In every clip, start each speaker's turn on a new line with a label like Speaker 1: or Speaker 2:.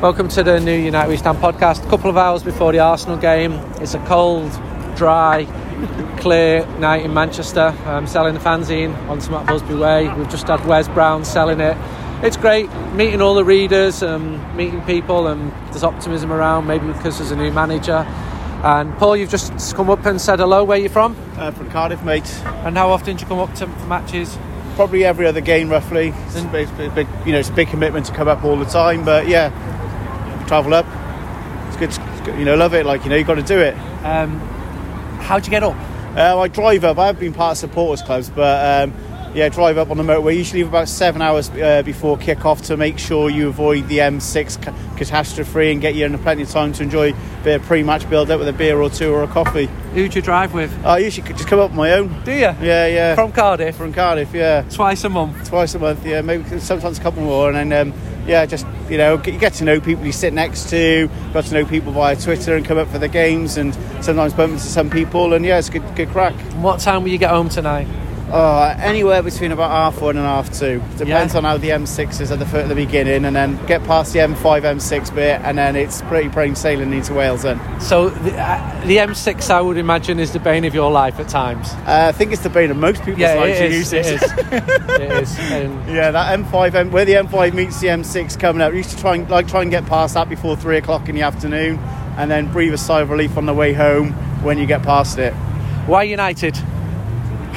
Speaker 1: Welcome to the new United We Stand podcast. A couple of hours before the Arsenal game. It's a cold, dry, clear night in Manchester. I'm selling the fanzine on Smart Busby Way. We've just had Wes Brown selling it. It's great meeting all the readers, um, meeting people, and there's optimism around, maybe because there's a new manager. And Paul, you've just come up and said hello. Where you from?
Speaker 2: Uh, from Cardiff, mate.
Speaker 1: And how often do you come up to matches?
Speaker 2: Probably every other game, roughly. It's, a big- big- big- you know, it's a big commitment to come up all the time, but yeah, travel up. It's good. it's good, You know, love it. Like you know, you got to do it.
Speaker 1: Um, how'd you get up?
Speaker 2: Uh, I drive up. I have been part of supporters clubs, but um, yeah, drive up on the motorway. Usually about seven hours uh, before kick-off to make sure you avoid the M6 ca- catastrophe and get you in plenty of time to enjoy a bit of pre-match build-up with a beer or two or a coffee.
Speaker 1: Who'd you drive with?
Speaker 2: I usually could just come up on my own.
Speaker 1: Do you?
Speaker 2: Yeah, yeah.
Speaker 1: From Cardiff,
Speaker 2: from Cardiff, yeah.
Speaker 1: twice a month.
Speaker 2: twice a month, yeah, maybe sometimes a couple more, and then um, yeah, just you know, get, you get to know people you sit next to, got to know people via Twitter, and come up for the games, and sometimes bump into some people, and yeah, it's good, good crack.
Speaker 1: What time will you get home tonight?
Speaker 2: Uh, anywhere between about half one and half two depends
Speaker 1: Yeah.
Speaker 2: on how the M6 is at the foot at the beginning, and then get past the M5 M6 bit, and then it's pretty plain sailing into Wales. Then
Speaker 1: So the, uh, the M6, I would imagine, is the bane of your life at times.
Speaker 2: uh, I think it's the bane of most people's lives. who use
Speaker 1: It
Speaker 2: it.
Speaker 1: is. it is. Um,
Speaker 2: Yeah, that M5, M, where the M5 meets the M6 coming up. We used to try and like try and get past that before three o'clock in the afternoon, and then breathe a sigh of relief on the way home when you get past it.
Speaker 1: why United?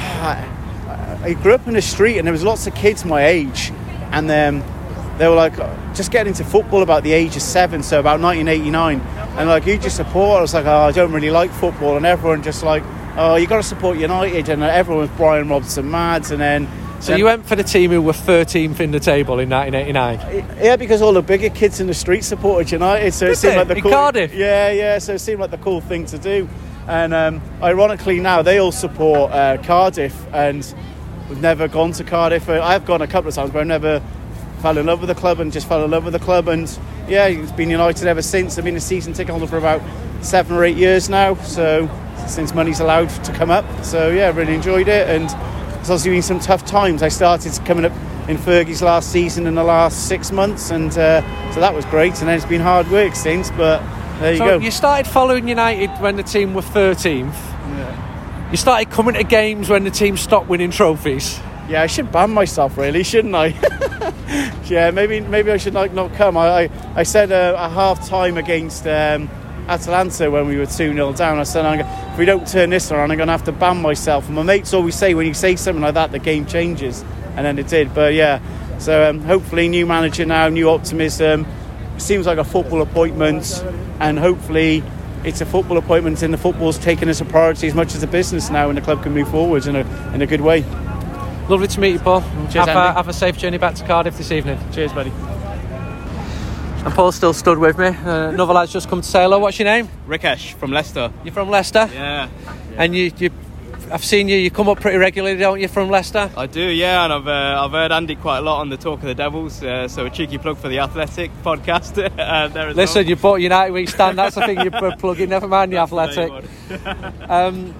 Speaker 2: I grew up in the street, and there was lots of kids my age, and then they were like just getting into football about the age of seven, so about 1989, and like who do you support? I was like, oh, I don't really like football, and everyone just like, oh, you got to support United, and everyone was Brian Robson mad, and then
Speaker 1: So
Speaker 2: then-
Speaker 1: you went for the team who were 13th in the table in 1989.
Speaker 2: Yeah, because all the bigger kids in the street supported United, so
Speaker 1: Did
Speaker 2: it seemed
Speaker 1: they?
Speaker 2: like the
Speaker 1: In
Speaker 2: cool.
Speaker 1: Cardiff?
Speaker 2: Yeah, yeah. So it seemed like the cool thing to do, and um, ironically now they all support uh, Cardiff, and we've never gone to Cardiff. Uh, I've gone a couple of times, but I never fell in love with the club and just fell in love with the club, and yeah, it's been United ever since. I've been a season ticket holder for about seven or eight years now, so since money's allowed to come up, so yeah, really enjoyed it, and it's obviously been some tough times. I started coming up in Fergie's last season in the last six months, and uh, so that was great. And then it's been hard work since, but there you
Speaker 1: so
Speaker 2: go.
Speaker 1: you started following United when the team were 13th. You started coming to games when the team stopped winning trophies.
Speaker 2: Yeah, I should ban myself, really, shouldn't I? yeah, maybe maybe I should like not come. I I, I said uh, at half time against um, Atalanta when we were two 0 down. I said, I'm go- if we don't turn this around, I'm going to have to ban myself. And my mates always say when you say something like that, the game changes, and then it did. But yeah, so um, hopefully new manager now, new optimism. It seems like a football appointment, and hopefully. It's a football appointment, and the football's taken as a priority as much as a business now, and the club can move forward in a, in a good way.
Speaker 1: Lovely to meet you, Paul. have, a,
Speaker 2: Andy.
Speaker 1: have a safe journey back to Cardiff this evening.
Speaker 2: Cheers, buddy.
Speaker 1: And Paul's still stood with me. Uh, another lad's just come to say hello. What's your name?
Speaker 3: Rikesh from Leicester.
Speaker 1: You're from Leicester?
Speaker 3: Yeah.
Speaker 1: And you, you, I've seen you. You come up pretty regularly, don't you, from Leicester?
Speaker 3: I do, yeah, and I've uh, I've heard Andy quite a lot on the Talk of the Devils, uh, so a cheeky plug for the Athletic podcast uh, there as
Speaker 1: Listen,
Speaker 3: well.
Speaker 1: you bought United Week stand. That's the thing you're plugging. Never mind the
Speaker 3: There
Speaker 1: Athletic.
Speaker 3: you are.
Speaker 1: Um,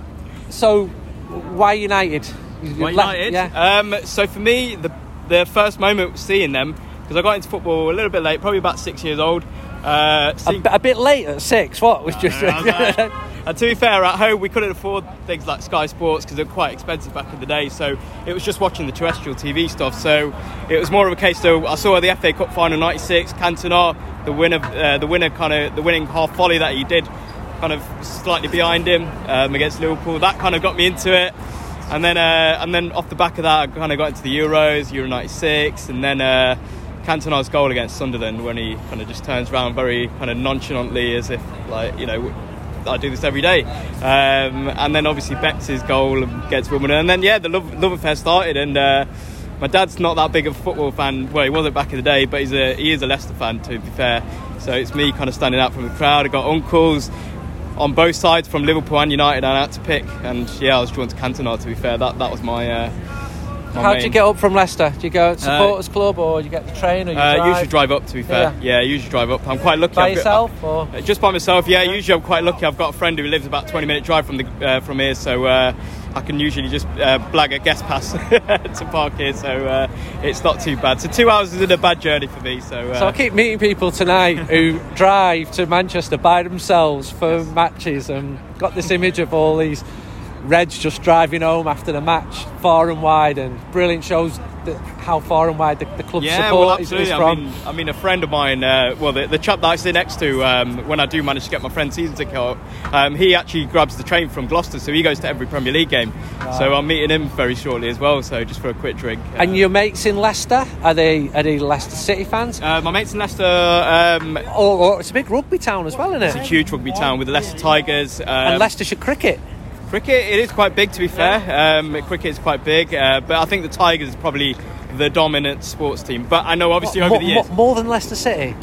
Speaker 1: so, why United?
Speaker 3: Why
Speaker 1: Left-
Speaker 3: United.
Speaker 1: Yeah.
Speaker 3: Um, so for me, the the first moment was seeing them because I got into football a little bit late, probably about six years old. Uh,
Speaker 1: A,
Speaker 3: see-
Speaker 1: bi- a bit late at six. What was just?
Speaker 3: Yeah, I was like- and to be fair, at home we couldn't afford things like Sky Sports because they were quite expensive back in the day. So it was just watching the terrestrial TV stuff. So it was more of a case. So I saw the FA Cup final '96, Cantona, the winner, uh, the winner kind of the winning half volley that he did, kind of slightly behind him um, against Liverpool. That kind of got me into it. And then, uh, and then off the back of that, I kind of got into the Euros, Euro '96, and then uh, Cantona's goal against Sunderland when he kind of just turns around very kind of nonchalantly, as if like you know, I do this every day. Um, and then obviously Betts' goal against Wimbledon, and then yeah, the love, love affair started. And uh, my dad's not that big of a football fan. Well, he wasn't back in the day, but he's a he is a Leicester fan to be fair. So it's me kind of standing out from the crowd. I got uncles on both sides from Liverpool and United I had to pick and yeah I was drawn to Cantona to be fair that that was my uh, my
Speaker 1: How
Speaker 3: main.
Speaker 1: do you get up from Leicester? Do you go to uh, supporters club or you get the train or you
Speaker 3: uh,
Speaker 1: drive?
Speaker 3: usually drive up to be fair yeah, usually drive up I'm quite lucky
Speaker 1: by
Speaker 3: I've got-
Speaker 1: yourself or?
Speaker 3: Uh, Just by myself, yeah. Usually, I'm quite lucky. I've got a friend who lives about 20 minute drive from the uh, from here, so uh, I can usually just uh, blag a guest pass to park here, so uh, it's not too bad. So two hours isn't a bad journey for me. So, uh,
Speaker 1: So I keep meeting people tonight who drive to Manchester by themselves for matches and got this image of all these Reds just driving home after the match, far and wide, and brilliant shows that how far and wide the, the club
Speaker 3: yeah,
Speaker 1: support
Speaker 3: well,
Speaker 1: is,
Speaker 3: absolutely.
Speaker 1: is
Speaker 3: I
Speaker 1: from.
Speaker 3: mean, I mean, a friend of mine, uh, well, the, the chap that I sit next to um, when I do manage to get my friend's season ticket, out, um, he actually grabs the train from Gloucester, so he goes to every Premier League game. So I'm meeting him very shortly as well. So just for a quick drink. uh,
Speaker 1: and your mates in Leicester are they are they Leicester City fans?
Speaker 3: Uh, my mates in Leicester, um, it's
Speaker 1: or, or Oh, it's a big rugby town as well, isn't
Speaker 3: a
Speaker 1: it?
Speaker 3: huge rugby town with the Leicester Tigers. Um,
Speaker 1: and Leicestershire cricket.
Speaker 3: cricket, it is quite big to be fair. Um, cricket is quite big, uh, but I think the Tigers is probably the dominant sports team. But I know obviously
Speaker 1: Mo-
Speaker 3: over the
Speaker 1: mo-
Speaker 3: years,
Speaker 1: more than Leicester City.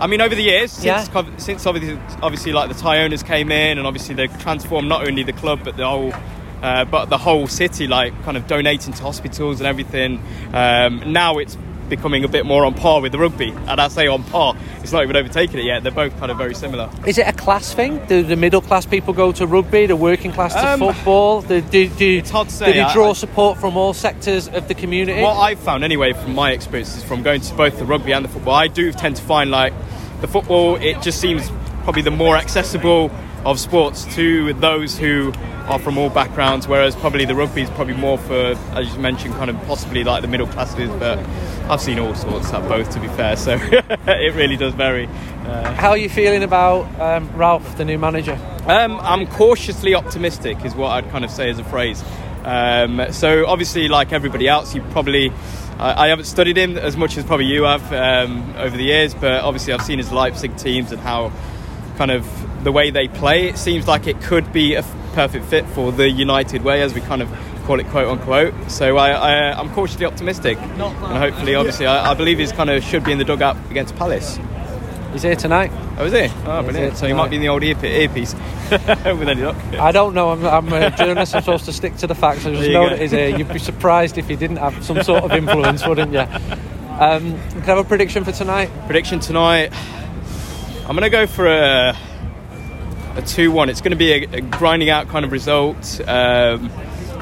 Speaker 3: I mean, over the years, since
Speaker 1: Yeah.
Speaker 3: cov- since obviously, obviously like the Thai owners came in, and obviously they've transformed not only the club but the whole. Uh, but the whole city, like kind of donating to hospitals and everything, um, now it's becoming a bit more on par with the rugby. And I say on par, it's not even overtaken it yet. They're both kind of very similar.
Speaker 1: Is it a class thing? Do the middle class people go to rugby, the working class to
Speaker 3: Um,
Speaker 1: football? Do, do, do, it's
Speaker 3: hard to
Speaker 1: Do
Speaker 3: say.
Speaker 1: they
Speaker 3: I-
Speaker 1: draw
Speaker 3: I-
Speaker 1: support from all sectors of the community?
Speaker 3: What I've found, anyway, from my experiences from going to both the rugby and the football, I do tend to find like the football, it just seems probably the more accessible of sports to those who are from all backgrounds, whereas probably the rugby is probably more for, as you mentioned, kind of possibly like the middle classes, but I've seen all sorts at both, to be fair, so it really does vary. Uh,
Speaker 1: How are you feeling about um, Ralph, the new manager?
Speaker 3: Um, I'm cautiously optimistic, is what I'd kind of say as a phrase. Um, so obviously, like everybody else, you probably I, I haven't studied him as much as probably you have um, over the years, but obviously I've seen his Leipzig teams and how kind of the way they play. It seems like it could be a f- perfect fit for the United way, as we kind of call it, quote unquote. So I, I, I'm cautiously optimistic, and hopefully, obviously, I, I believe he's kind of should be in the dugout against Palace.
Speaker 1: He's here tonight.
Speaker 3: Oh, is he? Oh,
Speaker 1: it.
Speaker 3: brilliant. So he might be in the old earp- earpiece with any luck.
Speaker 1: I don't know. I'm, I'm a journalist. I'm supposed to stick to the facts. I just
Speaker 3: There you
Speaker 1: know
Speaker 3: go.
Speaker 1: that he's here. You'd be surprised if he didn't have some sort of influence, wouldn't you? Um, can I have a prediction for tonight?
Speaker 3: Prediction tonight. I'm going to go for a a 2 1. It's going to be a, a grinding out kind of result. Um,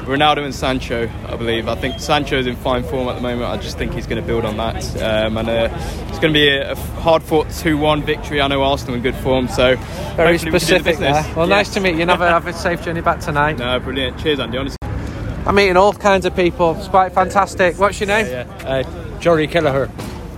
Speaker 3: Ronaldo and Sancho, I believe. I think Sancho's in fine form at the moment. I just think he's going to build on that. Um, and uh, it's going to be a, hard fought 2 1 victory. I know Arsenal in good form, so.
Speaker 1: Very
Speaker 3: hopefully we can do the
Speaker 1: specific
Speaker 3: business.
Speaker 1: there. Well,
Speaker 3: Yeah.
Speaker 1: nice to meet you. Never have a safe journey back tonight.
Speaker 3: No, brilliant. Cheers, Andy. Honestly.
Speaker 1: I'm meeting all kinds of people. It's quite fantastic. What's your name?
Speaker 4: Uh, Jory Kelleher.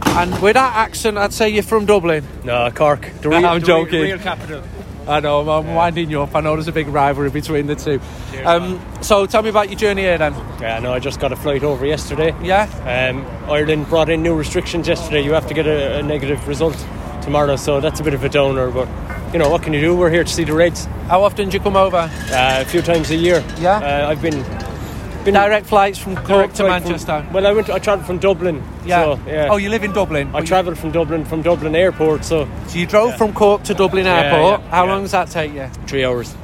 Speaker 1: And with that accent, I'd say you're from Dublin.
Speaker 4: No, Cork. The real,
Speaker 1: I'm
Speaker 4: the real-
Speaker 1: joking.
Speaker 4: real capital.
Speaker 1: I know, I'm, I'm winding you up. I know there's a big rivalry between the two. Um, so tell me about your journey here then.
Speaker 4: Yeah, no, I just got a flight over yesterday.
Speaker 1: Yeah?
Speaker 4: Um, Ireland brought in new restrictions yesterday. You have to get a, a negative result tomorrow, so that's a bit of a downer. But you know what can you do? We're here to see the Reds
Speaker 1: How often do you come over?
Speaker 4: uh, a few times a year.
Speaker 1: Yeah.
Speaker 4: Uh, I've been been
Speaker 1: Direct flights from Cork
Speaker 4: direct
Speaker 1: to
Speaker 4: flight from-
Speaker 1: Manchester.
Speaker 4: well, I went. I travelled from Dublin.
Speaker 1: yeah.
Speaker 4: So, yeah.
Speaker 1: Oh, you live in Dublin?
Speaker 4: I travelled from Dublin from Dublin airport, so
Speaker 1: So you drove from Cork to Dublin
Speaker 4: Yeah,
Speaker 1: Airport.
Speaker 4: yeah,
Speaker 1: How
Speaker 4: yeah.
Speaker 1: long does that take you?
Speaker 4: three hours.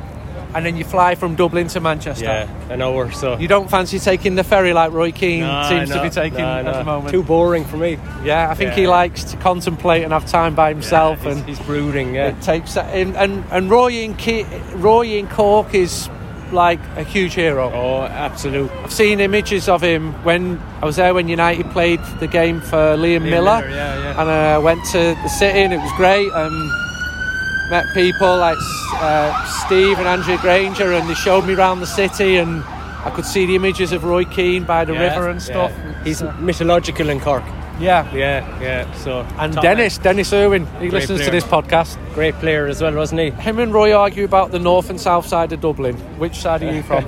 Speaker 1: And then you fly from Dublin to Manchester.
Speaker 4: Yeah, an hour. So
Speaker 1: You don't fancy taking the ferry like Roy Keane
Speaker 4: Nah,
Speaker 1: seems to
Speaker 4: no,
Speaker 1: be taking
Speaker 4: nah,
Speaker 1: at
Speaker 4: nah.
Speaker 1: the moment.
Speaker 4: Too boring for me.
Speaker 1: Yeah, I think he
Speaker 4: Yeah.
Speaker 1: likes to contemplate and have time by himself,
Speaker 4: He's,
Speaker 1: and
Speaker 4: he's brooding. Yeah.
Speaker 1: it takes and and, and Roy in Ki- Roy in Cork is like a huge hero.
Speaker 4: Oh, absolute.
Speaker 1: I've seen images of him when I was there when United played the game for Liam, Miller,
Speaker 4: Miller, yeah, yeah.
Speaker 1: and I went to the city and it was great. Um, met people like uh, Steve and Andrea Granger, and they showed me around the city, and I could see the images of Roy Keane by the
Speaker 4: Yeah,
Speaker 1: river and
Speaker 4: yeah.
Speaker 1: stuff.
Speaker 4: He's mythological in Cork.
Speaker 1: yeah.
Speaker 4: Yeah, yeah. So
Speaker 1: And
Speaker 4: top
Speaker 1: Dennis, Dennis Irwin, he listens to
Speaker 4: player.
Speaker 1: this podcast.
Speaker 4: man. great player as well, wasn't he?
Speaker 1: Him and Roy argue about the north and south side of Dublin. Which side are you from?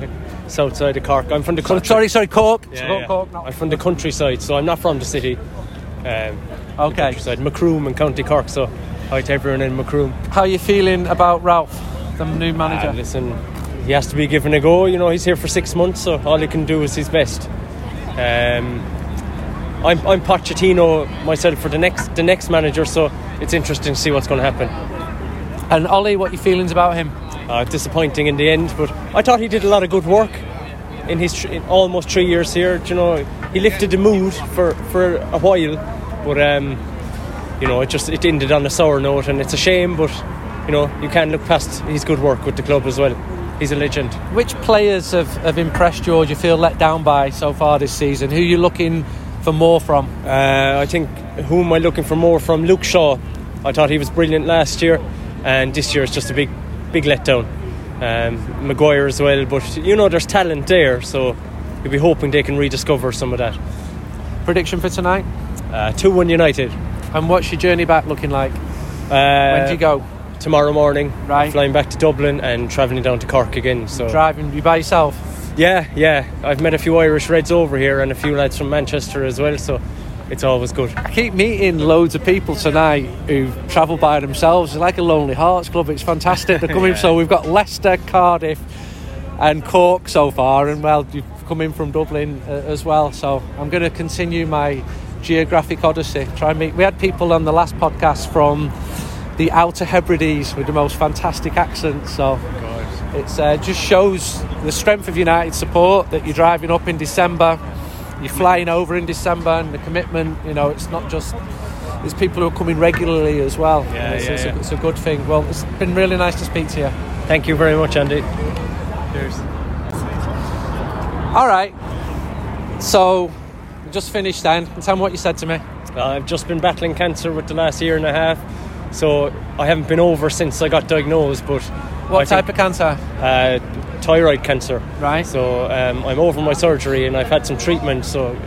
Speaker 4: South side of Cork. I'm from the country.
Speaker 1: sorry, sorry, Cork.
Speaker 4: Yeah,
Speaker 1: Sorry,
Speaker 4: yeah.
Speaker 1: Cork, not-
Speaker 4: I'm from the countryside, so I'm not from the city. Um,
Speaker 1: Okay.
Speaker 4: countryside, Macroom in County Cork. So hi to everyone in Macroom.
Speaker 1: How are you feeling about Ralph, the new
Speaker 4: Ah,
Speaker 1: manager?
Speaker 4: listen, he has to be given a go. You know, he's here for six months, so all he can do is his best. Um, I'm, I'm Pochettino myself for the next the next manager, so it's interesting to see what's going to happen.
Speaker 1: and Ollie, what are your feelings about him?
Speaker 4: uh, disappointing in the end. But I thought he did a lot of good work in his tr- in almost three years here. do You know, he lifted the mood for, for a while, but um, you know, it just it ended on a sour note, and it's a shame. But you know, you can look past his good work with the club as well. he's a legend.
Speaker 1: Which players have, have impressed you or do you feel let down by so far this season? Who are you looking for more from?
Speaker 4: Uh, I think who am I looking for more from? Luke Shaw. I thought he was brilliant last year, and this year it's just a big, big letdown. Um, Maguire as well, but you know there's talent there, so you'll be hoping they can rediscover some of that.
Speaker 1: Prediction for tonight?
Speaker 4: Uh, Two one United.
Speaker 1: And what's your journey back looking like?
Speaker 4: Uh,
Speaker 1: When do you go?
Speaker 4: Tomorrow morning,
Speaker 1: Right.
Speaker 4: flying back to Dublin and travelling down to Cork again. So
Speaker 1: Driving you by yourself?
Speaker 4: yeah, yeah, I've met a few Irish Reds over here and a few lads from Manchester as well. So it's always good.
Speaker 1: I keep meeting loads of people tonight who travel by themselves. It's like a Lonely Hearts Club. It's fantastic. They're coming. So we've got Leicester, Cardiff, and Cork so far, and well, you've come in from Dublin uh, as well. So I'm going to continue my geographic odyssey. Try and meet. We had people on the last podcast from the Outer Hebrides with the most fantastic accents. So it's uh, just shows the strength of United support that you're driving up in December, you're flying over in December, and the commitment. You know, it's not just there's people who are coming regularly as well.
Speaker 4: Yeah,
Speaker 1: it's,
Speaker 4: yeah,
Speaker 1: it's,
Speaker 4: yeah.
Speaker 1: A, it's a good thing. Well, it's been really nice to speak to you.
Speaker 4: Thank you very much, Andy.
Speaker 1: All right. So, just finished then. And tell me what you said to me.
Speaker 4: I've just been battling cancer with the last year and a half, so I haven't been over since I got diagnosed. But
Speaker 1: What
Speaker 4: I
Speaker 1: type
Speaker 4: think,
Speaker 1: of cancer?
Speaker 4: uh, thyroid cancer?
Speaker 1: Right.
Speaker 4: So um, I'm over my surgery and I've had some treatment. So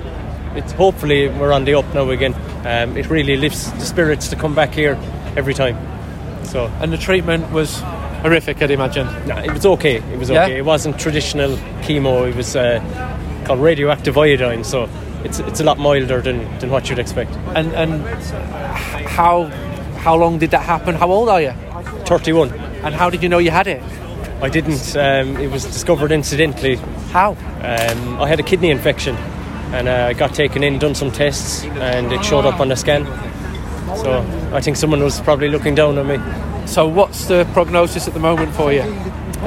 Speaker 4: it's hopefully we're on the up now again. Um, it really lifts the spirits to come back here every time. So
Speaker 1: And the treatment was horrific, I'd imagine.
Speaker 4: nah, it was okay. It was
Speaker 1: Yeah?
Speaker 4: okay. It wasn't traditional chemo. It was uh, called radioactive iodine. So. It's, it's a lot milder than, than what you'd expect.
Speaker 1: And and how how long did that happen? How old are you?
Speaker 4: 31.
Speaker 1: And how did you know you had it?
Speaker 4: I didn't. Um, it was discovered incidentally.
Speaker 1: How?
Speaker 4: Um, I had a kidney infection, and uh, I got taken in, done some tests, and it showed up on the scan. So I think someone was probably looking down on me.
Speaker 1: So what's the prognosis at the moment for you?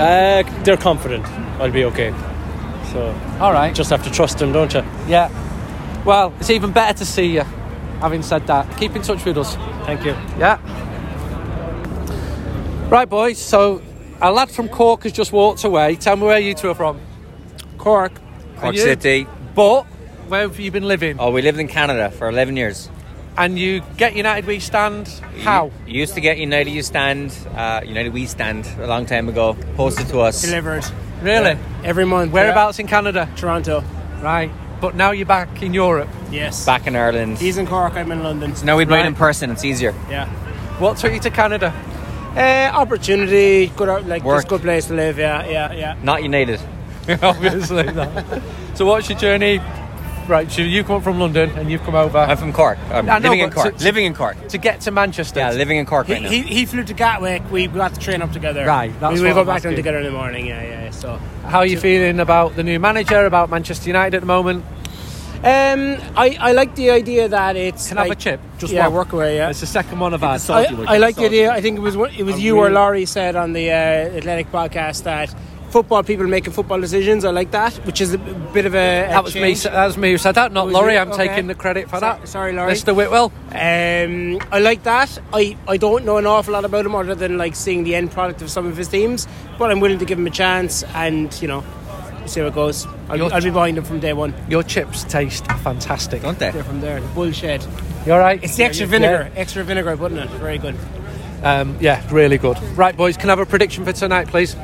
Speaker 4: Uh, they're confident I'll be okay. So
Speaker 1: All right.
Speaker 4: just have to trust them, don't you?
Speaker 1: yeah. Well, it's even better to see you. Having said that, keep in touch with us.
Speaker 4: Thank you.
Speaker 1: Yeah. Right, boys. So a lad from Cork has just walked away. Tell me where you two are from. Cork.
Speaker 5: Cork
Speaker 1: And you?
Speaker 5: City.
Speaker 1: But where have you been living?
Speaker 5: Oh, we lived in Canada for 11 years.
Speaker 1: And you get United We Stand. How?
Speaker 5: You used to get United You Stand, uh, United We Stand, a long time ago, posted to us.
Speaker 6: delivered
Speaker 1: Really?
Speaker 6: every month.
Speaker 1: Whereabouts in Canada?
Speaker 6: Toronto.
Speaker 1: Right. But now you're back in Europe.
Speaker 6: Yes.
Speaker 5: Back in Ireland.
Speaker 6: He's in Cork. I'm in London.
Speaker 5: so now we played
Speaker 1: Right.
Speaker 5: in person, it's easier.
Speaker 6: Yeah.
Speaker 1: What took you to Canada?
Speaker 6: Uh, opportunity. Good. out- Like
Speaker 5: Work.
Speaker 6: this. Good place to live. Yeah. Yeah. Yeah.
Speaker 5: Not United.
Speaker 1: Obviously. no. So what's your journey? Right. So you come up from London and you've come over
Speaker 5: I'm from Cork. I'm
Speaker 1: I know,
Speaker 5: living in
Speaker 1: but
Speaker 5: Cork.
Speaker 1: to-
Speaker 5: living in Cork.
Speaker 1: to get to Manchester.
Speaker 5: Yeah, living in Cork
Speaker 6: He,
Speaker 5: right now.
Speaker 6: he, he flew to Gatwick. We got the train up together.
Speaker 1: Right, that's
Speaker 6: we
Speaker 1: what
Speaker 6: we go
Speaker 1: I'm
Speaker 6: back down
Speaker 1: asking.
Speaker 6: together in the morning. Yeah. Yeah. yeah, So.
Speaker 1: How are you feeling about the new manager? About Manchester United at the moment?
Speaker 6: Um, I, I like the idea that it's
Speaker 1: Can I have
Speaker 6: like-
Speaker 1: a chip? Just
Speaker 6: yeah,
Speaker 1: one.
Speaker 6: work away. Yeah.
Speaker 1: It's the second one I've had.
Speaker 6: I, I like the idea. I think it was what- it was you or Laurie said on the uh, Athletic podcast that football people making football decisions. I like that, which is a b- bit of a. a
Speaker 1: That was me.
Speaker 6: change.
Speaker 1: That was me who said that. Not
Speaker 6: Was
Speaker 1: Laurie.
Speaker 6: you?
Speaker 1: I'm
Speaker 6: Okay.
Speaker 1: taking the credit for
Speaker 6: So-
Speaker 1: that.
Speaker 6: sorry, Laurie.
Speaker 1: Mr. Whitwell.
Speaker 6: Um, I like that. I, I don't know an awful lot about him other than like seeing the end product of some of his teams, but I'm willing to give him a chance and you know see how it goes. I'll,
Speaker 1: You're-
Speaker 6: I'll be behind him from day one.
Speaker 1: Your chips taste fantastic.
Speaker 5: Don't they?
Speaker 6: They're from there. The bullshit.
Speaker 1: You all right?
Speaker 6: It's the extra vinegar. Extra vinegar I put in it. Very good.
Speaker 1: Yeah. Um, yeah, really good. Right, boys. Can I have a prediction for tonight, please?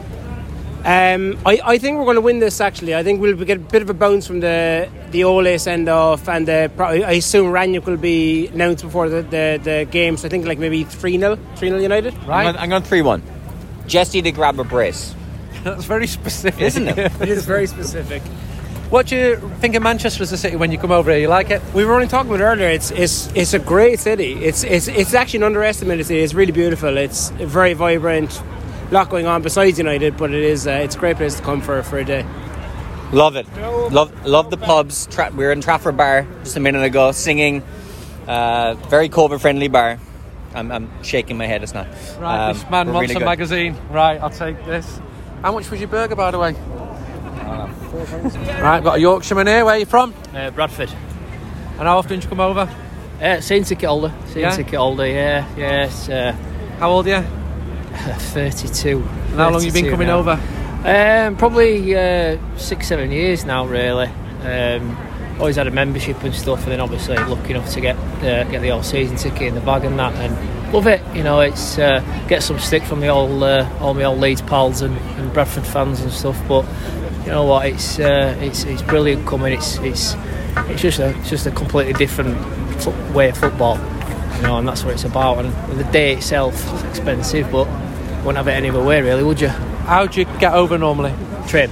Speaker 6: Um, I, I think we're going to win this. Actually, I think we'll get a bit of a bounce from the the Ole send off, and the, pro- I assume Ranick will be announced before the, the, the game. So I think like maybe three 0 three 0 United.
Speaker 1: Right.
Speaker 5: I'm going 3 1. Jesse to grab a brace,
Speaker 1: That's very specific,
Speaker 5: isn't it?
Speaker 6: It is very specific.
Speaker 1: What do you think of Manchester as a city when you come over here? You like it?
Speaker 6: We were only talking about it earlier. It's it's it's a great city. It's it's it's actually an underestimated city. It's really beautiful. It's very vibrant. A lot going on besides United, but it is uh, it's a great place to come for for a day.
Speaker 5: Love it. Love love the pubs. Tra- we were in Trafford Bar just a minute ago, singing. Uh, very COVID friendly bar. I'm, I'm shaking my head. It's not.
Speaker 1: Right,
Speaker 5: Um,
Speaker 1: this man
Speaker 5: we're
Speaker 1: wants
Speaker 5: really
Speaker 1: a
Speaker 5: good.
Speaker 1: magazine. Right, I'll take this. How much was your burger, by the way? right, I've got a Yorkshireman here. Where are you from?
Speaker 7: Uh, Bradford.
Speaker 1: And how often do you come over?
Speaker 7: Uh, since I get older, since
Speaker 1: Yeah?
Speaker 7: I get older, yeah, yeah. It's, uh,
Speaker 1: How old are you?
Speaker 7: 32.
Speaker 1: And how long you been coming over?
Speaker 7: Um, probably uh, six, seven years now, really. Um, always had a membership and stuff, and then obviously lucky enough to get uh, get the all season ticket in the bag and that, and love it. You know, it's uh, get some stick from the old uh, all my old Leeds pals and, and Bradford fans and stuff, but you know what? It's uh, it's it's brilliant coming. It's it's it's just a it's just a completely different fo- way of football, you know, and that's what it's about. And the day itself is expensive, but wouldn't have it any other way, really, would you?
Speaker 1: How do you get over normally?
Speaker 7: Trip.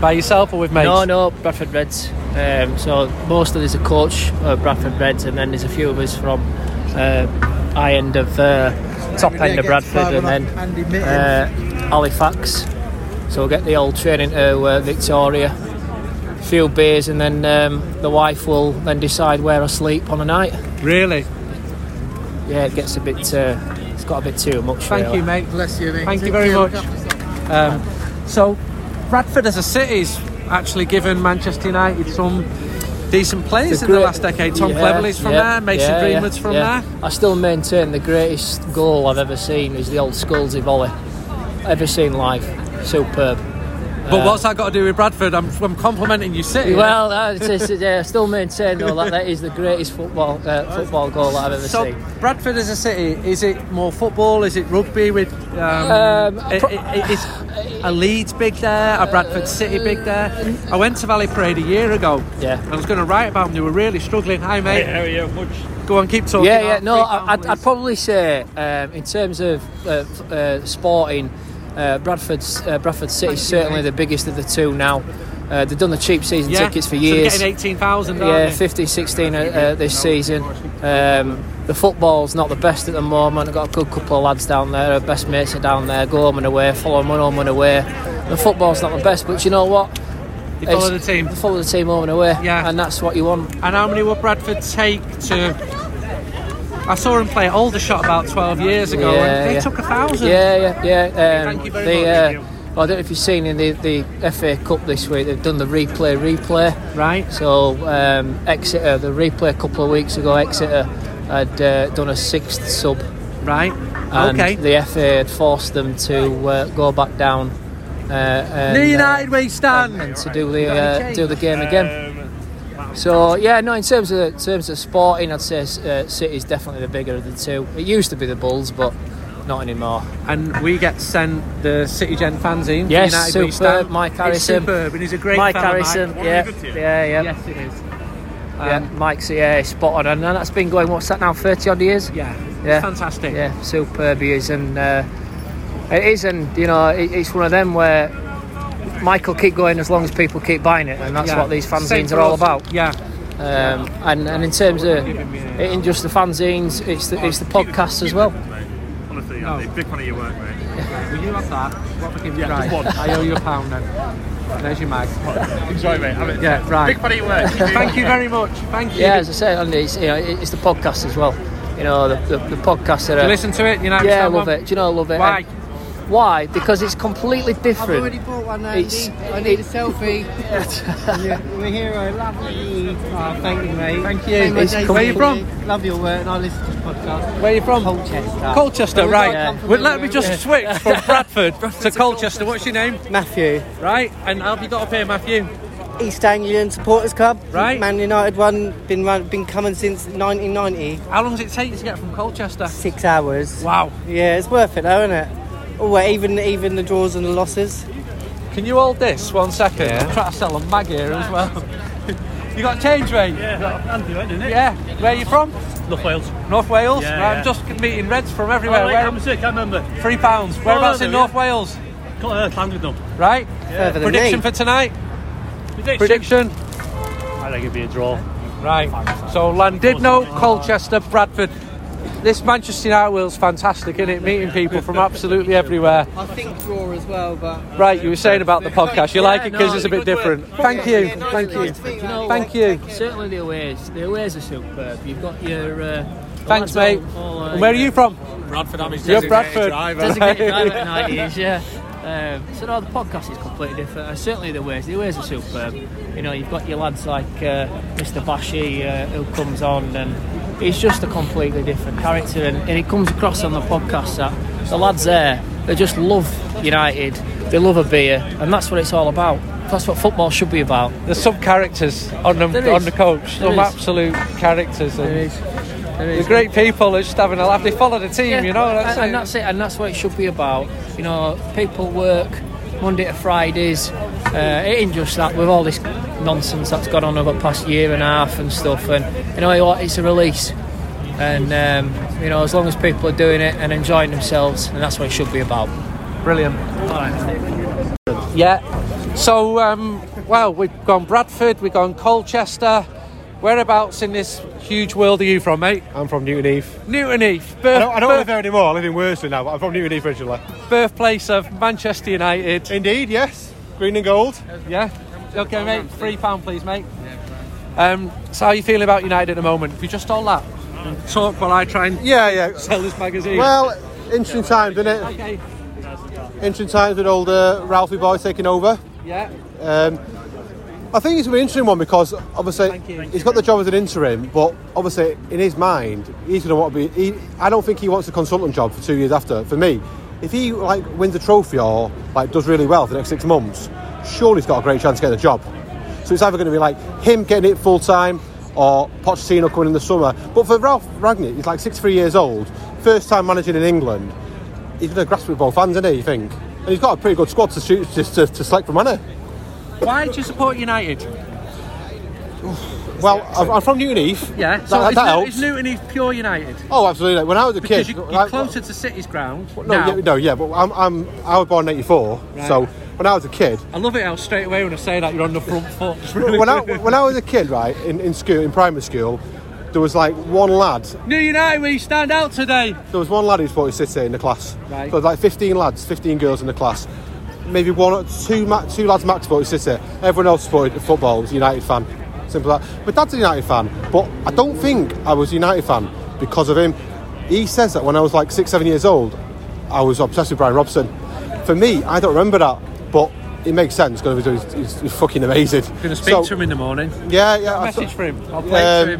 Speaker 1: By yourself or with mates?
Speaker 7: No, no, Bradford Reds. Um, so mostly there's a coach of Bradford Reds, and then there's a few of us from uh, high end of uh, top end of Bradford, and then uh, Halifax. So we'll get the old train into uh, Victoria, a few beers, and then um, the wife will then decide where I sleep on a night.
Speaker 1: Really?
Speaker 7: Yeah, it gets a bit. Uh, it's got a bit too much.
Speaker 1: Thank
Speaker 7: really.
Speaker 1: you, mate.
Speaker 8: Bless you, mate.
Speaker 1: Thank you
Speaker 8: Take
Speaker 1: very
Speaker 8: care.
Speaker 1: much. Um, so, Bradford as a city's actually given Manchester United some decent players in the
Speaker 7: great-
Speaker 1: last decade. Tom
Speaker 7: Yeah,
Speaker 1: Cleverley's from
Speaker 7: yeah,
Speaker 1: there, Mason
Speaker 7: yeah, yeah,
Speaker 1: Greenwood's from
Speaker 7: yeah.
Speaker 1: there.
Speaker 7: I still maintain the greatest goal I've ever seen is the old Scullsy volley. Ever seen live. Superb.
Speaker 1: But what's that got to do with Bradford? I'm, I'm complimenting you, City.
Speaker 7: Well, uh, it's, it's, yeah, I still maintain though that that is the greatest football uh, football goal that I've ever
Speaker 1: so
Speaker 7: seen.
Speaker 1: Bradford as a city, is it more football? Is it rugby? With um,
Speaker 7: Um,
Speaker 1: i- i- i- is a Leeds big there? A Bradford City big there? I went to Valley Parade a year ago.
Speaker 7: Yeah.
Speaker 1: I was going to write about them. They were really struggling. Hi, mate. how are you? Go on, keep talking.
Speaker 7: Yeah, yeah.
Speaker 1: I'll
Speaker 7: No,
Speaker 1: freak
Speaker 7: I-
Speaker 1: out,
Speaker 7: I'd, I'd
Speaker 1: please.
Speaker 7: probably say um, in terms of uh, f- uh, sporting, uh, Bradford's uh, Bradford City's certainly the biggest of the two now. Uh, they've done the cheap season
Speaker 1: Yeah,
Speaker 7: tickets for
Speaker 1: so they're
Speaker 7: years.
Speaker 1: getting 18,000,
Speaker 7: Yeah,
Speaker 1: aren't they?
Speaker 7: 15, 16 uh, uh, this season. Um, the football's not the best at the moment. I've got a good couple of lads down there. Our best mates are down there. Go home and away, follow them on home and away. The football's not the best, but you know what?
Speaker 1: You follow the
Speaker 7: It's-
Speaker 1: team.
Speaker 7: they Follow the team home and away.
Speaker 1: Yeah.
Speaker 7: And that's what you want.
Speaker 1: And how many would Bradford take to? I saw him play at Aldershot about 12 years ago, and they took a thousand.
Speaker 7: Yeah, yeah, yeah. Um,
Speaker 1: Thank you very
Speaker 7: they,
Speaker 1: much.
Speaker 7: uh, well, I don't know if you've seen in the, the FA Cup this week, they've done the replay, replay.
Speaker 1: Right.
Speaker 7: So um, Exeter, the replay a couple of weeks ago, Exeter had uh, done a sixth sub.
Speaker 1: Right.
Speaker 7: And
Speaker 1: okay.
Speaker 7: the FA had forced them to uh, go back down. Uh, and, uh,
Speaker 1: New United we stand.
Speaker 7: and to do the uh, do the game again.
Speaker 8: Um,
Speaker 7: So yeah, no. In terms of in terms of sporting, I'd say uh, City's definitely the bigger of the two. It used to be the Bulls, but not anymore.
Speaker 1: and we get sent the City Gen fanzine.
Speaker 7: Yes,
Speaker 1: United we
Speaker 7: superb,
Speaker 1: stand.
Speaker 7: Mike
Speaker 1: It's
Speaker 7: Harrison.
Speaker 1: superb, and he's a great
Speaker 7: Mike
Speaker 1: fella,
Speaker 7: Harrison,
Speaker 1: Mike.
Speaker 7: yeah, yeah, yeah,
Speaker 1: Yes, it is.
Speaker 7: yeah. Mike's yeah, spot on, and that's been going. What's that now? Thirty odd years.
Speaker 1: Yeah.
Speaker 7: Yeah.
Speaker 1: Fantastic.
Speaker 7: Yeah, superb he is, and uh, it is, and you know, it, it's one of them where Mike will keep going as long as people keep buying it, and that's
Speaker 1: Yeah.
Speaker 7: what these
Speaker 1: Same
Speaker 7: fanzines
Speaker 1: for
Speaker 7: are all
Speaker 1: us.
Speaker 7: about.
Speaker 1: Yeah.
Speaker 7: Um, and, and in terms of in just the fanzines, it's the, it's the podcast as well.
Speaker 9: Honestly,
Speaker 1: No.
Speaker 9: I'm a big fan of your work, mate.
Speaker 1: Oh. Will you have that? What we give you
Speaker 9: Yeah,
Speaker 1: right.
Speaker 9: just one.
Speaker 1: I owe you a pound then. There's your mag.
Speaker 9: Enjoy, mate. Have it.
Speaker 1: Yeah, right.
Speaker 9: Big fan of your work.
Speaker 1: Thank you very much. Thank you.
Speaker 7: Yeah, as I say, and it's, you know, it- it's the podcast as well. You know, the, the, the podcast. Are,
Speaker 1: Do you listen to it? United
Speaker 7: yeah, I
Speaker 1: stand
Speaker 7: love
Speaker 1: one?
Speaker 7: it. Do you know, I love it.
Speaker 1: Why?
Speaker 7: And why? Because it's completely
Speaker 8: I've
Speaker 7: different.
Speaker 8: already bought one,
Speaker 7: It's-
Speaker 8: Andy. I need a selfie.
Speaker 10: Yeah, we're here. I love you. Oh, thank you, mate.
Speaker 1: Thank
Speaker 8: Thank
Speaker 1: you.
Speaker 8: you,
Speaker 1: It's
Speaker 8: Jason.
Speaker 1: Where you from?
Speaker 10: Love your work, and I listen to the podcast.
Speaker 1: Where you from?
Speaker 10: Colchester.
Speaker 1: Colchester, right.
Speaker 7: come
Speaker 1: Well, let me just switch from Bradford to Colchester. What's your name?
Speaker 10: Matthew,
Speaker 1: Right. And how have you got up here, Matthew?
Speaker 10: East Anglian Supporters Club.
Speaker 1: Right.
Speaker 10: Man United one. Been run, been coming since 1990.
Speaker 1: How long does it take you to get from Colchester?
Speaker 10: Six hours.
Speaker 1: Wow.
Speaker 10: Yeah, it's worth it though, isn't it? Oh, well, even even the draws and the losses.
Speaker 1: Can you hold this one second? I'm trying to sell a mag here as well. you got change, mate? Yeah,
Speaker 9: it?
Speaker 1: Yeah. Where you from?
Speaker 9: North Wales.
Speaker 1: North Wales.
Speaker 9: Yeah,
Speaker 1: right,
Speaker 9: yeah. Oh,
Speaker 1: I'm just meeting Reds from everywhere. Where-
Speaker 9: sick, I remember. Oh,
Speaker 1: three pounds. Whereabouts
Speaker 9: no,
Speaker 1: in
Speaker 9: yeah.
Speaker 1: North Wales?
Speaker 9: Got Earth landed them.
Speaker 1: Right.
Speaker 10: Further than
Speaker 1: Prediction
Speaker 10: me.
Speaker 1: for tonight.
Speaker 9: Prediction.
Speaker 1: Prediction.
Speaker 9: I think it'd be a draw.
Speaker 1: Right. So Landidno, Colchester, Bradford. This Manchester United wheel's fantastic, isn't it? Meeting people from absolutely everywhere.
Speaker 10: I think draw as well, but
Speaker 1: Right, you were saying about the podcast. You like it because
Speaker 7: no,
Speaker 1: it's a bit
Speaker 7: good work.
Speaker 1: different. Thank you. Thank you.
Speaker 7: You know
Speaker 1: Thank
Speaker 7: what?
Speaker 1: you.
Speaker 7: Certainly the aways. The aways are superb. You've got your. Uh,
Speaker 1: Thanks,
Speaker 7: lads all-
Speaker 1: mate.
Speaker 7: all, uh,
Speaker 1: And where are you from?
Speaker 7: Bradford. I'm his
Speaker 1: You're Bradford.
Speaker 7: designated driver at night, he is, yeah. Um, so no, the podcast is completely different. And certainly the ways, the ways are superb. You know, you've got your lads like uh, Mr. Bashi uh, who comes on, and he's just a completely different character, and, and it comes across on the podcast that the lads there they just love United. They love a beer, and that's what it's all about. That's what football should be about.
Speaker 1: There's some characters on them,
Speaker 7: There is.
Speaker 1: on the coach.
Speaker 7: There
Speaker 1: Some
Speaker 7: is.
Speaker 1: absolute characters. And
Speaker 7: There is. There is.
Speaker 1: They're great people. They're just having a laugh. They follow the team,
Speaker 7: Yeah,
Speaker 1: you know.
Speaker 7: and,
Speaker 1: That's it.
Speaker 7: and that's it, and that's what it should be about. You know, people work Monday to Fridays. Uh, it ain't just that with all this nonsense that's gone on over the past year and a half and stuff. And you know what? It's a release, and um, you know, as long as people are doing it and enjoying themselves, and that's what it should be about.
Speaker 1: Brilliant. Yeah. So, um, well, we've gone Bradford, we've gone Colchester. Whereabouts in this huge world are you from, mate?
Speaker 11: I'm from Newton Heath.
Speaker 1: Newton Heath,
Speaker 11: I
Speaker 1: birth,
Speaker 11: don't, I don't live
Speaker 1: birth,
Speaker 11: there anymore. I live in Worsley now, but I'm from Newton Heath originally.
Speaker 1: birthplace of Manchester United.
Speaker 11: Indeed, yes. Green and gold.
Speaker 1: Yeah. Okay, mate. Three pound, please, mate. Um, so, how are you feeling about United at the moment? If you just all that, and talk while I try and
Speaker 11: yeah, yeah.
Speaker 1: sell this magazine.
Speaker 11: Well, interesting times, isn't it?
Speaker 1: Okay.
Speaker 11: Interesting times with old uh, Ralphie boy taking over.
Speaker 1: Yeah.
Speaker 11: Um, I think it's an interesting one because obviously he's got the job as an interim, but obviously in his mind he's going to want to be. He, I don't think he wants a consultant job for two years after. For me, if he like wins a trophy or like does really well for the next six months, surely he's got a great chance to get the job. So it's either going to be like him getting it full time or Pochettino coming in the summer. But for Ralph Ragnick, he's like 63 years old, first time managing in England. He's going to grasp with both hands, isn't he? You think? And he's got a pretty good squad to shoot to, to, to select from, hasn't he?
Speaker 1: Why do you support United?
Speaker 11: Well, I'm, I'm from Newton Heath.
Speaker 1: Yeah.
Speaker 11: That,
Speaker 1: so
Speaker 11: that,
Speaker 1: is,
Speaker 11: that
Speaker 1: New-
Speaker 11: helps.
Speaker 1: is Newton Heath pure United?
Speaker 11: Oh, absolutely. When I was a
Speaker 1: Because
Speaker 11: kid,
Speaker 1: you, you're
Speaker 11: like,
Speaker 1: closer to City's ground.
Speaker 11: no,
Speaker 1: now.
Speaker 11: yeah, no, yeah, but I'm, I'm I was born in '84,
Speaker 1: Right.
Speaker 11: so when I was a kid,
Speaker 1: I love it how straight away when I say that you're on the front foot. It's really
Speaker 11: when I
Speaker 1: good.
Speaker 11: when I was a kid, right, in, in school, in primary school, there was like one lad.
Speaker 1: New United, we stand out today.
Speaker 11: There was one lad who supported City in the class.
Speaker 1: Right.
Speaker 11: So like 15 lads, 15 girls in the class. Maybe one, or two, ma- two lads max supported City. Everyone else supported football. Was a United fan. Simple as that. My dad's a United fan, but I don't think I was a United fan because of him. He says that when I was like six, seven years old, I was obsessed with Brian Robson. For me, I don't remember that, but it makes sense because he's, he's, he's fucking amazing.
Speaker 1: Gonna speak
Speaker 11: So-
Speaker 1: to him in the morning.
Speaker 11: Yeah, yeah. I
Speaker 1: Message
Speaker 11: thought-
Speaker 1: for him. I'll play
Speaker 11: Um,
Speaker 1: to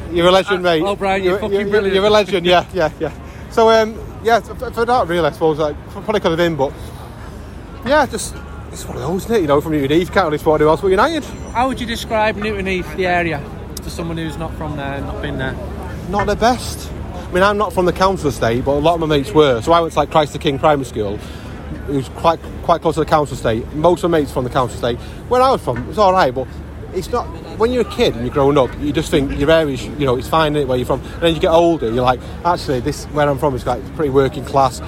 Speaker 1: him.
Speaker 11: you're a legend,
Speaker 1: Uh,
Speaker 11: mate.
Speaker 1: oh, Brian, you're fucking brilliant.
Speaker 11: You're a legend, yeah, yeah, yeah. So, um, yeah, for, for that, really, I suppose, like, probably could have been, but yeah, just it's one of those, isn't it? You know, from United, you can't really support anyone else but United.
Speaker 1: How would you describe Newton Heath, the area, to someone who's not from there, and not been there?
Speaker 11: Not the best. I mean, I'm not from the council estate, but a lot of my mates were. So I went to like Christ the King Primary School. It was quite quite close to the council estate. Most of my mates from the council estate. Where I was from, it was all right, but it's not. When you're a kid and you're growing up, you just think your area's, you know, it's fine isn't it, where you're from. And then you get older, you're like, actually, this where I'm from is like pretty working class,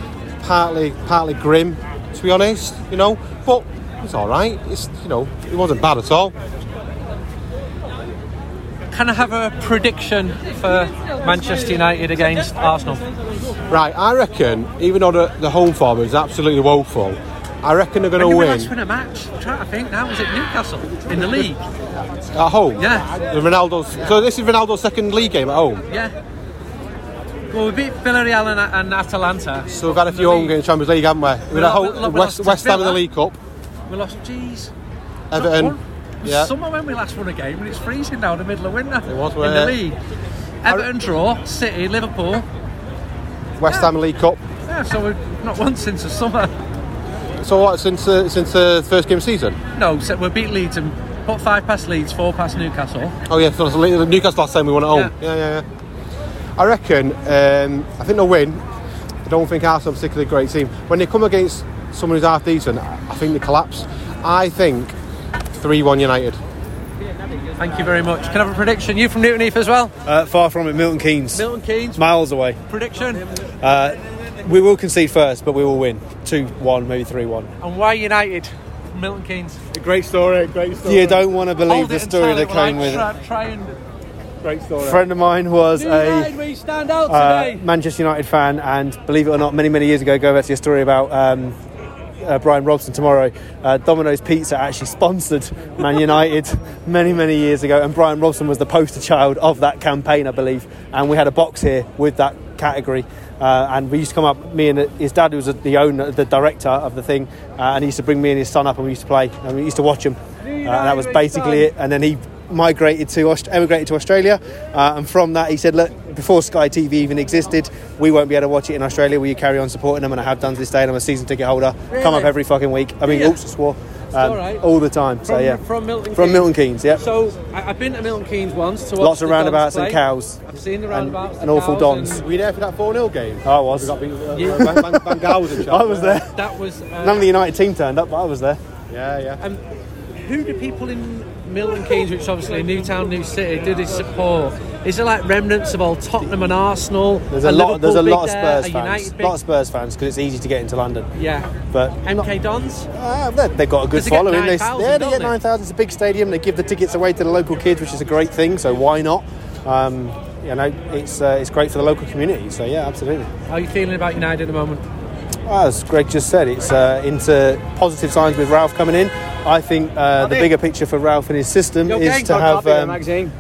Speaker 11: partly partly grim, to be honest, you know. But it's all right. It's you know, it wasn't bad at all.
Speaker 1: Can I have a prediction for Manchester United against Arsenal?
Speaker 11: Right, I reckon, even though the, the home form is absolutely woeful, I reckon they're going
Speaker 1: When
Speaker 11: to
Speaker 1: did we last
Speaker 11: win
Speaker 1: win a match? I'm trying to think. Now was it Newcastle in the league?
Speaker 11: at home.
Speaker 1: Yeah.
Speaker 11: The Ronaldo's, so this is Ronaldo's second league game at home.
Speaker 1: Yeah. Well, we beat Villarreal and, and Atalanta.
Speaker 11: So we've had a few home games in Champions League, haven't we? We've had
Speaker 1: Well,
Speaker 11: a home,
Speaker 1: look, look, we
Speaker 11: West, West
Speaker 1: lost to
Speaker 11: Ham in the
Speaker 1: Villa.
Speaker 11: League Cup,
Speaker 1: We lost. Jeez.
Speaker 11: Everton. Yeah.
Speaker 1: Summer when we last won a game, and it's freezing now in the middle of winter. It
Speaker 11: was,
Speaker 1: in
Speaker 11: yeah.
Speaker 1: the league. Everton draw, City, Liverpool.
Speaker 11: West Ham League Cup.
Speaker 1: Yeah, so we've not won since the summer.
Speaker 11: So what, since uh, since the first game of the season?
Speaker 1: No, so we beat Leeds and put five past Leeds, four past Newcastle.
Speaker 11: Oh, yeah, so it's Le- Newcastle last time we
Speaker 12: Oh,
Speaker 11: won at home. Yeah, yeah, yeah. Uh, I reckon, um, I think they'll win. I don't think Arsenal are a particularly great team. When they come against someone who's half decent, I I think they collapse. I think 3 1 United.
Speaker 1: Thank you very much. Can I have a prediction? You from Newton Heath as well?
Speaker 12: Uh, far from it, Milton Keynes.
Speaker 1: Milton Keynes.
Speaker 12: Miles away.
Speaker 1: Prediction.
Speaker 12: Uh, we will concede first, but we will win. 2 1, maybe 3 1.
Speaker 1: And why United? Milton Keynes.
Speaker 12: Great story, great story. You don't want to believe
Speaker 1: Hold
Speaker 12: the
Speaker 1: it and tell
Speaker 12: story
Speaker 1: it
Speaker 12: that
Speaker 1: while I
Speaker 12: came with
Speaker 1: try,
Speaker 12: it.
Speaker 1: Try and.
Speaker 11: Great story.
Speaker 12: A friend of mine was
Speaker 1: United,
Speaker 12: a
Speaker 1: we stand out
Speaker 12: uh,
Speaker 1: today.
Speaker 12: Manchester United fan, and believe it or not, many, many years ago, go back to your story about. Um, uh, Brian Robson tomorrow. Uh, Domino's Pizza actually sponsored Man United many, many years ago, and Brian Robson was the poster child of that campaign, I believe. And we had a box here with that category, uh, and we used to come up. Me and his dad, who was the owner, the director of the thing, uh, and he used to bring me and his son up, and we used to play, and we used to watch him. Uh, and that was basically it. And then he migrated to Aust- emigrated to Australia, uh, and from that he said, look, before Sky TV even existed, we won't be able to watch it in Australia. Will you carry on supporting them? And I have done to this day, and I'm a season ticket holder. Come up
Speaker 1: Really?
Speaker 12: every fucking week. I mean,
Speaker 1: Yeah.
Speaker 12: oops, I swore. um,
Speaker 1: all right.
Speaker 12: all the time. so
Speaker 1: From-
Speaker 12: yeah,
Speaker 1: from Milton
Speaker 12: From
Speaker 1: Keynes.
Speaker 12: Milton Keynes, yeah.
Speaker 1: So I, I've been to Milton Keynes once. To
Speaker 12: Lots
Speaker 1: watch
Speaker 12: of
Speaker 1: the Dons
Speaker 12: roundabouts and
Speaker 1: play.
Speaker 12: cows.
Speaker 1: I've seen the roundabouts.
Speaker 12: and awful Dons.
Speaker 11: Were you there for that 4 0 game?
Speaker 12: Oh, I was.
Speaker 11: We got beat, uh, Van, Van, Van Gaal was in charge.
Speaker 12: I was there.
Speaker 1: That was. Uh,
Speaker 12: None of the United team turned up, but I was there.
Speaker 11: Yeah, yeah.
Speaker 1: Um, who do people in Milton Keynes, which obviously a new town, new city, do they support? Is it like remnants of old Tottenham and Arsenal?
Speaker 12: There's a
Speaker 1: and
Speaker 12: lot. There's a
Speaker 1: Liverpool big
Speaker 12: lot of
Speaker 1: there,
Speaker 12: Spurs
Speaker 1: a
Speaker 12: fans.
Speaker 1: United
Speaker 12: A
Speaker 1: big-
Speaker 12: lot of Spurs fans because it's easy to get into London.
Speaker 1: Yeah.
Speaker 12: But
Speaker 1: MK Dons.
Speaker 12: Ah, They've got a good
Speaker 1: Does it get
Speaker 12: following. They-
Speaker 1: 9,000,
Speaker 12: yeah, they
Speaker 1: don't
Speaker 12: get
Speaker 1: they?
Speaker 12: 9,000. It's a big stadium. They give the tickets away to the local kids, which is a great thing. So why not? Um, you know, it's uh, it's great for the local community. So yeah, absolutely.
Speaker 1: How are you feeling about United at the moment?
Speaker 12: Well, as Greg just said, it's uh, into positive signs with Ralph coming in. I think uh, the bigger picture for Ralph and his system is to have um,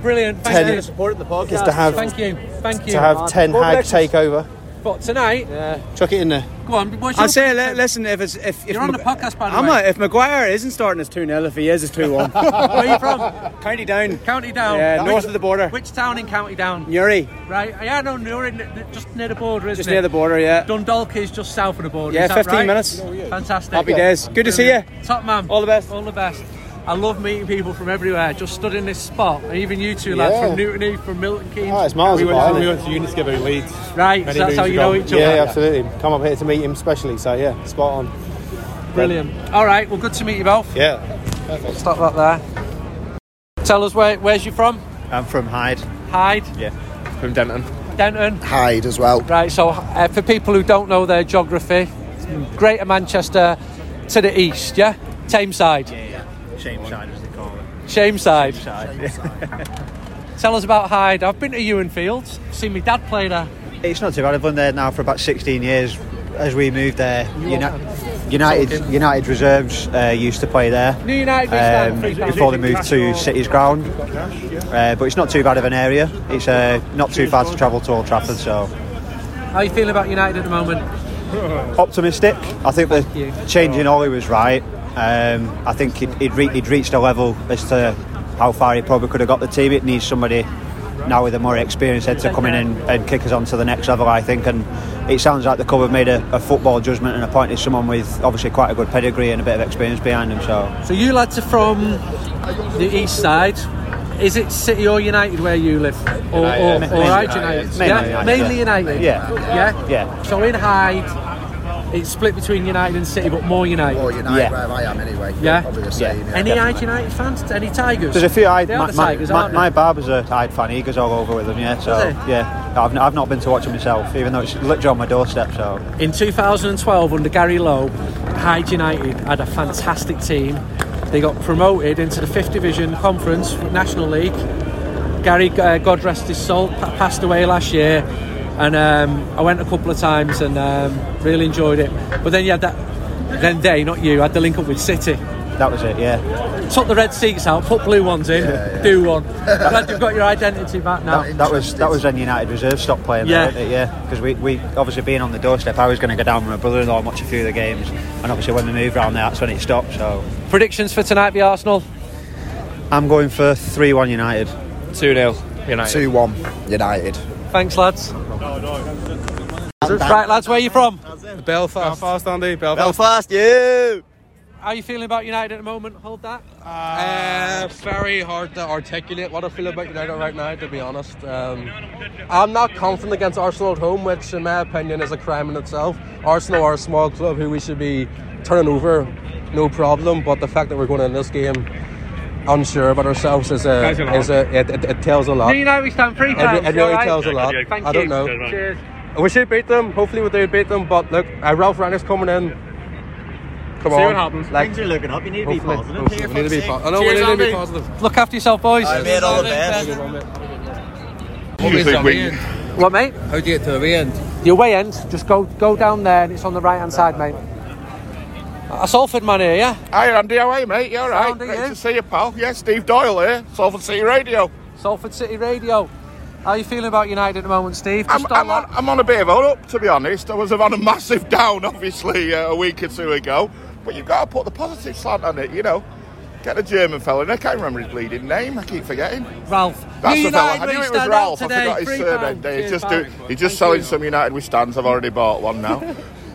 Speaker 1: Brilliant. Thank
Speaker 12: ten-
Speaker 1: you.
Speaker 12: supported the podcast. is to have-
Speaker 1: Thank you. Thank you.
Speaker 12: to have Ten Hag take over.
Speaker 1: But tonight,
Speaker 12: Chuck it in there.
Speaker 1: go on. What's
Speaker 13: I'll
Speaker 1: your
Speaker 13: say, li- listen, if it's if, if
Speaker 1: You're on the podcast, by the
Speaker 13: I'm
Speaker 1: way.
Speaker 13: a- if Maguire isn't starting, it's two 0 If he is, it's two one.
Speaker 1: Where are you from?
Speaker 13: County Down.
Speaker 1: County Down.
Speaker 13: Yeah,
Speaker 1: Which-
Speaker 13: north of the border.
Speaker 1: Which town in County Down?
Speaker 13: Newry.
Speaker 1: Right. Yeah, no, Newry, n- just near the border, isn't
Speaker 13: Just
Speaker 1: it?
Speaker 13: near the border, yeah.
Speaker 1: Dundalk is just south of the border.
Speaker 13: Yeah,
Speaker 1: is that
Speaker 13: 15
Speaker 1: right?
Speaker 13: minutes.
Speaker 1: Fantastic.
Speaker 13: Happy days. Good to see you.
Speaker 1: Top man. All the best. All the best. I love meeting people from everywhere. Just stood in this spot. And Even you two lads
Speaker 12: Yeah.
Speaker 1: from Newton Heath, from Milton Keynes.
Speaker 12: Oh, it's miles
Speaker 1: We
Speaker 12: apart,
Speaker 1: went-
Speaker 12: isn't
Speaker 1: we
Speaker 12: it?
Speaker 1: went
Speaker 11: to Units together in Leeds.
Speaker 1: Right, so that's how you know each other.
Speaker 12: Yeah, absolutely. Come up here to meet him, especially. So yeah, spot on.
Speaker 1: Brilliant. All right. Well, good to meet you both.
Speaker 12: Yeah.
Speaker 1: Stop that there. Tell us where where's you from?
Speaker 14: I'm from Hyde.
Speaker 1: Hyde.
Speaker 14: Yeah. From Denton.
Speaker 1: Denton.
Speaker 14: Hyde as well.
Speaker 1: Right. So uh, for people who don't know their geography, Greater Manchester to the east. Yeah. Tameside.
Speaker 14: Shame side as they call it.
Speaker 1: Shameside.
Speaker 14: Shameside.
Speaker 1: Tell us about Hyde. I've been to Ewan Fields. Seen my dad play there.
Speaker 14: it's not too bad. I've been there now for about 16 years. As we moved there,
Speaker 1: You
Speaker 14: Uni-
Speaker 1: are-
Speaker 14: United
Speaker 1: Talking.
Speaker 14: United reserves uh, used to play there.
Speaker 1: New United reserves,
Speaker 14: um,
Speaker 1: three
Speaker 14: before they
Speaker 1: pounds.
Speaker 14: moved to City's ground. Uh, but it's not too bad of an area. It's uh, not too far to travel to Old Trafford, so
Speaker 1: How you feeling about United at the moment?
Speaker 14: optimistic. I think the changing Ollie was right. Um, I think he'd, he'd, re- he'd reached a level as to how far he probably could have got the team. It needs somebody now with a more experienced head to come in and, and kick us on to the next level, I think. And it sounds like the club have made a, a football judgment and appointed someone with obviously quite a good pedigree and a bit of experience behind him. So
Speaker 1: So you lads are from the east side. Is it City or United where you live? Or,
Speaker 14: United.
Speaker 1: or,
Speaker 14: Mainly
Speaker 1: or Hyde
Speaker 14: United.
Speaker 1: United?
Speaker 14: Mainly
Speaker 1: yeah?
Speaker 14: United,
Speaker 1: Mainly
Speaker 14: yeah.
Speaker 1: United? Yeah?
Speaker 14: Yeah. Yeah.
Speaker 1: So in Hyde, it's split between United and City, but more United. More
Speaker 15: United, where I am anyway.
Speaker 1: Yeah?
Speaker 15: Probably the same, yeah.
Speaker 1: Any
Speaker 14: Definitely.
Speaker 1: Hyde United fans? Any Tigers?
Speaker 14: There's a few. I,
Speaker 1: They
Speaker 14: my,
Speaker 1: are the
Speaker 14: my-
Speaker 1: Tigers,
Speaker 14: my-
Speaker 1: aren't they?
Speaker 14: my barber's a Hyde fan. He goes all over with them. Yeah. So
Speaker 1: Does he?
Speaker 14: yeah, I've, n- I've not been to watch him myself, even though it's literally on my doorstep. So
Speaker 1: In 2012, under Gary Lowe, Hyde United had a fantastic team. They got promoted into the fifth division conference, National League. Gary, uh, God rest his soul, pa- passed away last year, and um, I went a couple of times and um, really enjoyed it. But then you had that, then they, not you, had the link up with City.
Speaker 14: That was it, yeah.
Speaker 1: Took the red seats out, put blue ones in, do one. Glad you've got your identity back now.
Speaker 14: that, that was that was when United Reserve stopped playing.
Speaker 1: Yeah.
Speaker 14: Yeah, there, wasn't it? yeah. Because we, we obviously being on the doorstep, I was going to go down with my brother-in-law and watch a few of the games, and obviously when we moved round there, that's when it stopped. So
Speaker 1: Predictions for tonight, the Arsenal.
Speaker 14: I'm going for three-one United. Two 0 United.
Speaker 15: Two one United.
Speaker 1: Thanks, lads. Right, lads, where are you from? Belfast. Belfast, Andy. Belfast.
Speaker 15: Belfast, you.
Speaker 1: How are you feeling about United at the moment? Hold that.
Speaker 16: Uh, very hard to articulate what I feel about United right now, to be honest. Um, I'm not confident against Arsenal at home, which, in my opinion, is a crime in itself. Arsenal are a small club who we should be turning over, no problem. But the fact that we're going in this game unsure about ourselves is a,
Speaker 1: Tells you a lot.
Speaker 16: is a it, it, it tells a lot.
Speaker 1: Do you know we stand three
Speaker 16: It-
Speaker 1: times?
Speaker 16: it
Speaker 1: you all
Speaker 16: really
Speaker 1: right?
Speaker 16: tells a lot.
Speaker 1: Thank
Speaker 16: I don't
Speaker 1: you.
Speaker 16: know.
Speaker 1: Cheers.
Speaker 16: We should beat them. Hopefully, we do beat them. But look, uh, Ralph Rennick's coming in. Come
Speaker 1: See
Speaker 16: on.
Speaker 1: what happens.
Speaker 16: Like,
Speaker 1: Things are looking up. You need to be
Speaker 16: hopefully-
Speaker 1: positive
Speaker 16: hopefully.
Speaker 1: here,
Speaker 16: We need to be
Speaker 1: fuck's
Speaker 16: po- I know we
Speaker 1: sake.
Speaker 16: need to be
Speaker 1: Cheers, Andy.
Speaker 16: positive.
Speaker 1: Look after yourself, boys.
Speaker 16: I made all the best.
Speaker 1: What is our end? What, mate? How do you get to the way end? Your way end, just go go down there and it's on the right hand side, mate. A Salford man here, yeah?
Speaker 17: Hi Andy, how are you mate? You alright?
Speaker 1: Sound,
Speaker 17: Great
Speaker 1: aren't you?
Speaker 17: to see you pal. Yeah, Steve Doyle here, Salford City Radio.
Speaker 1: Salford City Radio. How are you feeling about United at the moment, Steve?
Speaker 17: I'm,
Speaker 1: Just on
Speaker 17: I'm, on, I'm on a bit of an up to be honest. I was on a massive down obviously uh, a week or two ago. But you've got to put the positive slant on it, you know. Get a German fella in. I can't remember his bleeding name. I keep forgetting.
Speaker 18: Ralph.
Speaker 17: That's the
Speaker 18: United
Speaker 17: fella. I
Speaker 18: we
Speaker 17: knew it was
Speaker 18: stand
Speaker 17: Ralph.
Speaker 18: out
Speaker 17: I
Speaker 18: today.
Speaker 17: forgot his
Speaker 18: Three
Speaker 17: surname.
Speaker 18: pounds.
Speaker 17: He's
Speaker 18: Cheers,
Speaker 17: just,
Speaker 18: Barry.
Speaker 17: do, he's just selling some United we stands. I've already bought one now.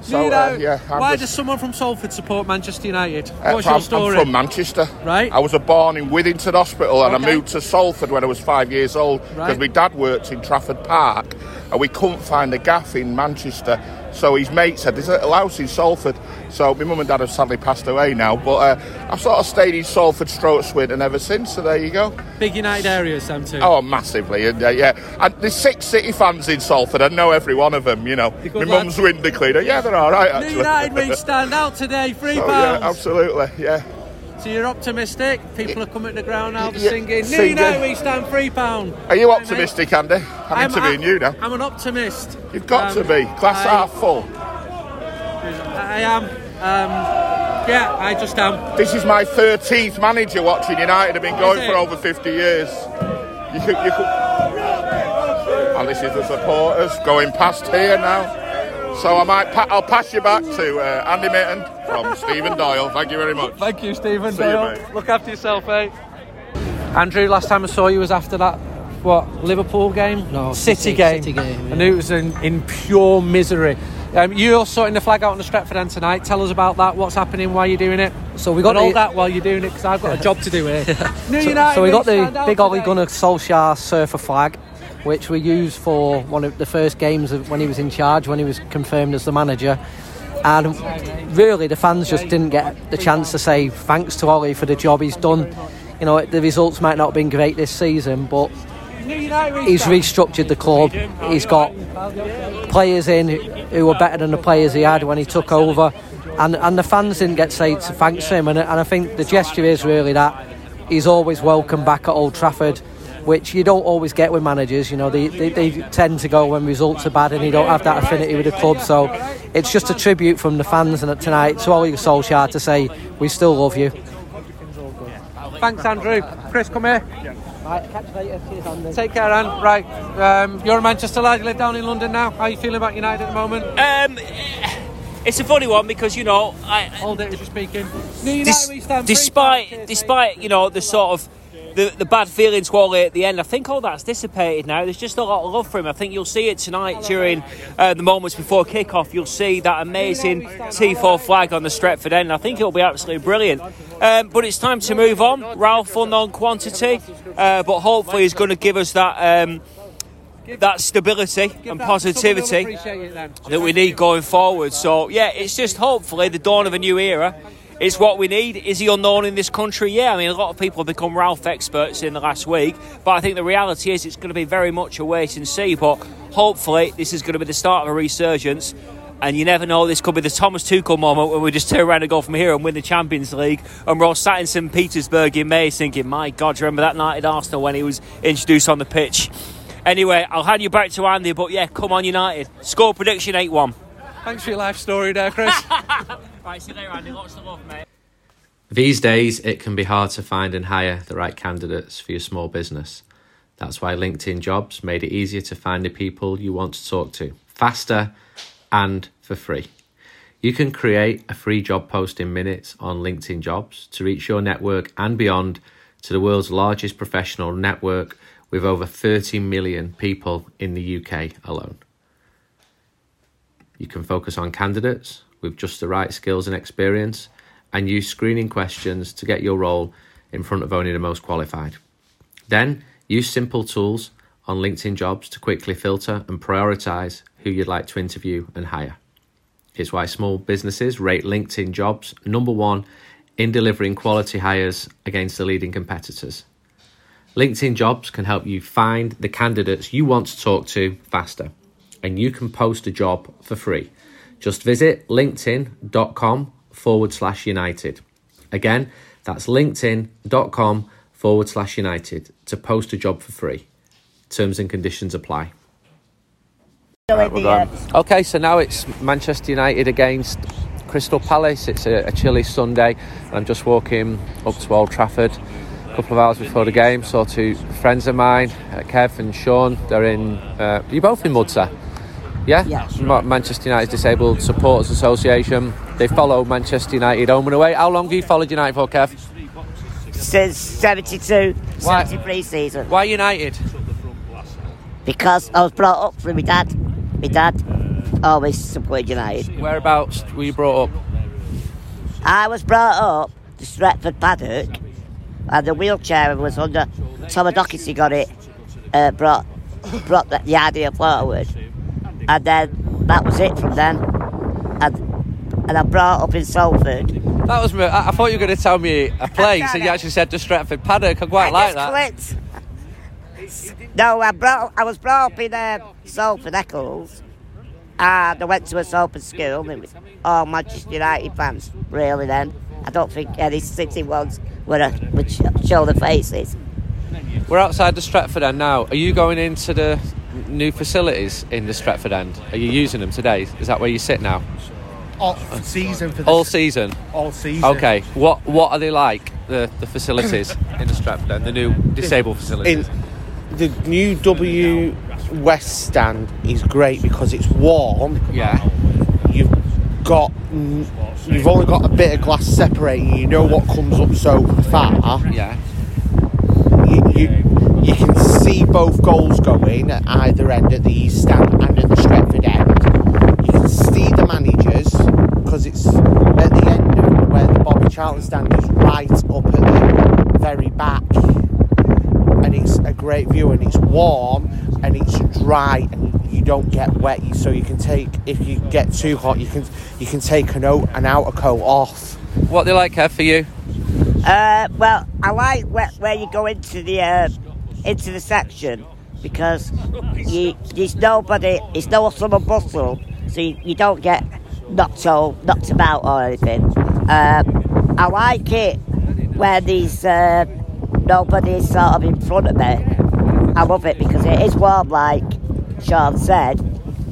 Speaker 17: So, uh,
Speaker 13: Nuno,
Speaker 17: yeah. I'm
Speaker 13: why
Speaker 17: just-
Speaker 13: does someone from Salford support Manchester United?
Speaker 17: Uh,
Speaker 13: What's
Speaker 17: I'm,
Speaker 13: your
Speaker 17: I'm
Speaker 13: story?
Speaker 17: from Manchester.
Speaker 13: Right.
Speaker 17: I was uh, born in Withington Hospital and
Speaker 13: Okay.
Speaker 17: I moved to Salford when I was five years old because
Speaker 13: Right.
Speaker 17: my dad worked in Trafford Park and we couldn't find a gaff in Manchester. So his mate said, there's a little house in Salford. So my mum and dad have sadly passed away now. But uh, I've sort of stayed in Salford, Stroke, Swindon ever since. So there you go.
Speaker 13: Big United areas, them too.
Speaker 17: Oh, massively, and uh, yeah. And there's six City fans in Salford. I know every one of them. You know, my
Speaker 13: good
Speaker 17: mum's window cleaner. Yeah, they're all right. Actually,
Speaker 13: United, we stand out today. Three
Speaker 17: Oh, yeah,
Speaker 13: pounds.
Speaker 17: absolutely. Yeah.
Speaker 13: So you're optimistic? People are coming to the ground now, they're
Speaker 17: Yeah,
Speaker 13: singing.
Speaker 17: singing.
Speaker 13: Nuno, we stand three pound.
Speaker 17: Are you optimistic, Andy? I'm, interviewing you now.
Speaker 13: I'm an optimist.
Speaker 17: You've got
Speaker 13: Um,
Speaker 17: to be. Class
Speaker 13: I-
Speaker 17: half full.
Speaker 13: I am. Um, yeah, I just am.
Speaker 17: This is my 13th manager watching United. I've been
Speaker 13: Is
Speaker 17: going
Speaker 13: it?
Speaker 17: for over 50 years. You could, you could... And this is the supporters going past here now. So I might pa- I'll pass you back to uh, Andy Mitten from Stephen Doyle. Thank you very much.
Speaker 13: Thank you, Stephen
Speaker 17: See you,
Speaker 13: Doyle.
Speaker 17: mate.
Speaker 13: Look after yourself, eh? Andrew, last time I saw you was after that what Liverpool game, no, City,
Speaker 18: City-
Speaker 13: game.
Speaker 18: City game,
Speaker 13: I knew it was in, in pure misery. Um, you're sorting the flag out on the Stretford end tonight. Tell us about that. What's happening? Why you're doing it?
Speaker 18: So we got
Speaker 13: and all
Speaker 18: the-
Speaker 13: that while you're doing it because I've got a job to do here. New
Speaker 18: so,
Speaker 13: United,
Speaker 18: so we got
Speaker 13: stand
Speaker 18: the
Speaker 13: out
Speaker 18: big Ollie
Speaker 13: today.
Speaker 18: Gunnar Solskjaer surfer flag, which we used for one of the first games of when he was in charge, when he was confirmed as the manager. And really, the fans just didn't get the chance to say thanks to Ollie for the job he's done. You know, the results might not have been great this season, but he's restructured the club. He's got players in who were better than the players he had when he took over, and and the fans didn't get say to thanks to him. And, and I think the gesture is really that he's always welcome back at Old Trafford, which you don't always get with managers. You know, they, they, they tend to go when results are bad and you don't have that affinity with the club. So it's just a tribute from the fans and tonight to Ole Solskjaer to say we still love you.
Speaker 13: Thanks, Andrew. Chris, come here.
Speaker 18: Right, catch you later. Cheers, Andy.
Speaker 13: Take care, Anne. Right, um, you're a Manchester lad. You live down in London now. How are you feeling about United at the moment?
Speaker 19: Um, it's a funny one because you know, I,
Speaker 13: Hold it as you're speaking. New United,
Speaker 19: Dis-
Speaker 13: we stand three
Speaker 19: despite despite you know the sort of the, the bad feelings Wally at the end, I think all that's dissipated now. There's just a lot of love for him. I think you'll see it tonight during uh, the moments before kickoff. You'll see that amazing T4 flag on the Stretford end. I think it'll be absolutely brilliant. Um, but it's time to move on. Ralph unknown quantity, uh, but hopefully he's going to give us that. Um, that stability and positivity that we need going forward. So yeah, it's just hopefully the dawn of a new era. It's what we need. Is he unknown in this country? Yeah, I mean a lot of people have become Ralph experts in the last week, but I think the reality is it's going to be very much a wait and see. But hopefully this is going to be the start of a resurgence. And you never know, this could be the Thomas Tuchel moment when we just turn around and go from here and win the Champions League. And we're all sat in St. Petersburg in May thinking, my God, do you remember that night at Arsenal when he was introduced on the pitch? Anyway, I'll hand you back to Andy, but yeah, come on, United. Score prediction 8 1.
Speaker 13: Thanks for your life story there, Chris.
Speaker 19: right, see you later, Andy. Lots of love, mate.
Speaker 1: These days, it can be hard to find and hire the right candidates for your small business. That's why LinkedIn Jobs made it easier to find the people you want to talk to faster and for free. You can create a free job post in minutes on LinkedIn Jobs to reach your network and beyond to the world's largest professional network with over 30 million people in the UK alone. You can focus on candidates with just the right skills and experience and use screening questions to get your role in front of only the most qualified. Then use simple tools on LinkedIn jobs to quickly filter and prioritize who you'd like to interview and hire. It's why small businesses rate LinkedIn jobs number one in delivering quality hires against the leading competitors. LinkedIn Jobs can help you find the candidates you want to talk to faster, and you can post a job for free. Just visit linkedin.com forward slash united. Again, that's linkedin.com forward slash united to post a job for free. Terms and conditions apply. Okay, so now it's Manchester United against Crystal Palace. It's a, a chilly Sunday, and I'm just walking up to Old Trafford a couple of hours before the game. Saw two friends of mine, uh, Kev and Sean. They're in. Uh, you both in Mudsa, yeah? Yeah. Ma- Manchester United Disabled Supporters Association. They follow Manchester United home and away. How long have you followed United for, Kev?
Speaker 20: since 72,
Speaker 1: Why-
Speaker 20: 73 season.
Speaker 1: Why United?
Speaker 20: Because I was brought up through my dad. My dad always supported United.
Speaker 1: Whereabouts were you brought up?
Speaker 20: I was brought up to Stretford Paddock, and the wheelchair was under. Thomas Dockesy got it, uh, brought, brought the, the idea forward, and then that was it from then. And, and I brought up in Salford.
Speaker 1: That was me. I, I thought you were going to tell me a place, and you actually said to Stretford Paddock. I quite like that.
Speaker 20: I just clicked. No, I brought. I was brought up in um, Salford Eccles, and I went to a Salford school. And it was all Manchester United fans, really. Then I don't think any City ones were uh, would sh- show their faces.
Speaker 1: We're outside the Stratford End now. Are you going into the new facilities in the Stratford End? Are you using them today? Is that where you sit now?
Speaker 21: All season for the
Speaker 1: All season.
Speaker 21: All season.
Speaker 1: Okay. What What are they like? The the facilities in the Stratford End, the new disabled facilities.
Speaker 21: In the new W West stand is great because it's warm.
Speaker 1: Yeah.
Speaker 21: You've got n- you've only got a bit of glass separating. You know what comes up so far.
Speaker 1: Yeah.
Speaker 21: You you, you can see both goals going at either end at the east stand and at the Stretford end. You can see the managers because it's at the end of where the Bobby Charlton stand is right up at the very back and it's a great view and it's warm and it's dry and you don't get wet so you can take if you get too hot you can you can take an out an outer coat off
Speaker 1: What they like here for you?
Speaker 20: Uh, well, I like where, where you go into the uh, into the section because you, there's nobody, there's no hustle and bustle, so you, you don't get knocked o- knocked about or anything. Um, I like it where there's uh, nobody sort of in front of me. I love it because it is warm, like Sean said,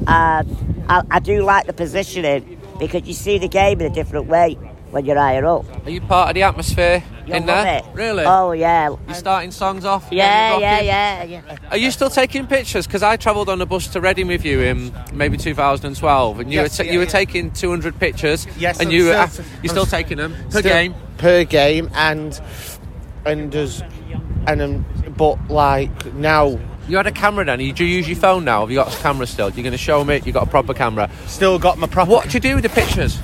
Speaker 20: and I, I do like the positioning because you see the game in a different way when you're higher up.
Speaker 1: Are you part of the atmosphere
Speaker 20: You'll
Speaker 1: in
Speaker 20: love
Speaker 1: there?
Speaker 20: it.
Speaker 1: Really?
Speaker 20: Oh yeah. You're
Speaker 1: starting songs off.
Speaker 20: Yeah,
Speaker 1: you're
Speaker 20: yeah,
Speaker 1: rocking.
Speaker 20: yeah, yeah.
Speaker 1: Are you still taking pictures? Because I travelled on a bus to Reading with you in maybe 2012, and you
Speaker 21: Yes,
Speaker 1: were ta-
Speaker 21: yeah,
Speaker 1: you were
Speaker 21: yeah.
Speaker 1: taking 200 pictures.
Speaker 21: Yes,
Speaker 1: and
Speaker 21: I'm
Speaker 1: you were,
Speaker 21: certain-
Speaker 1: you're still
Speaker 21: I'm
Speaker 1: taking them per
Speaker 21: Still-
Speaker 1: game.
Speaker 21: per game and and as and um, but like now
Speaker 1: You had a camera then. You- Do you use your phone now? Have you got a camera still? You're going to show me. You got a proper camera.
Speaker 21: Still got my proper.
Speaker 1: What do you do with the pictures?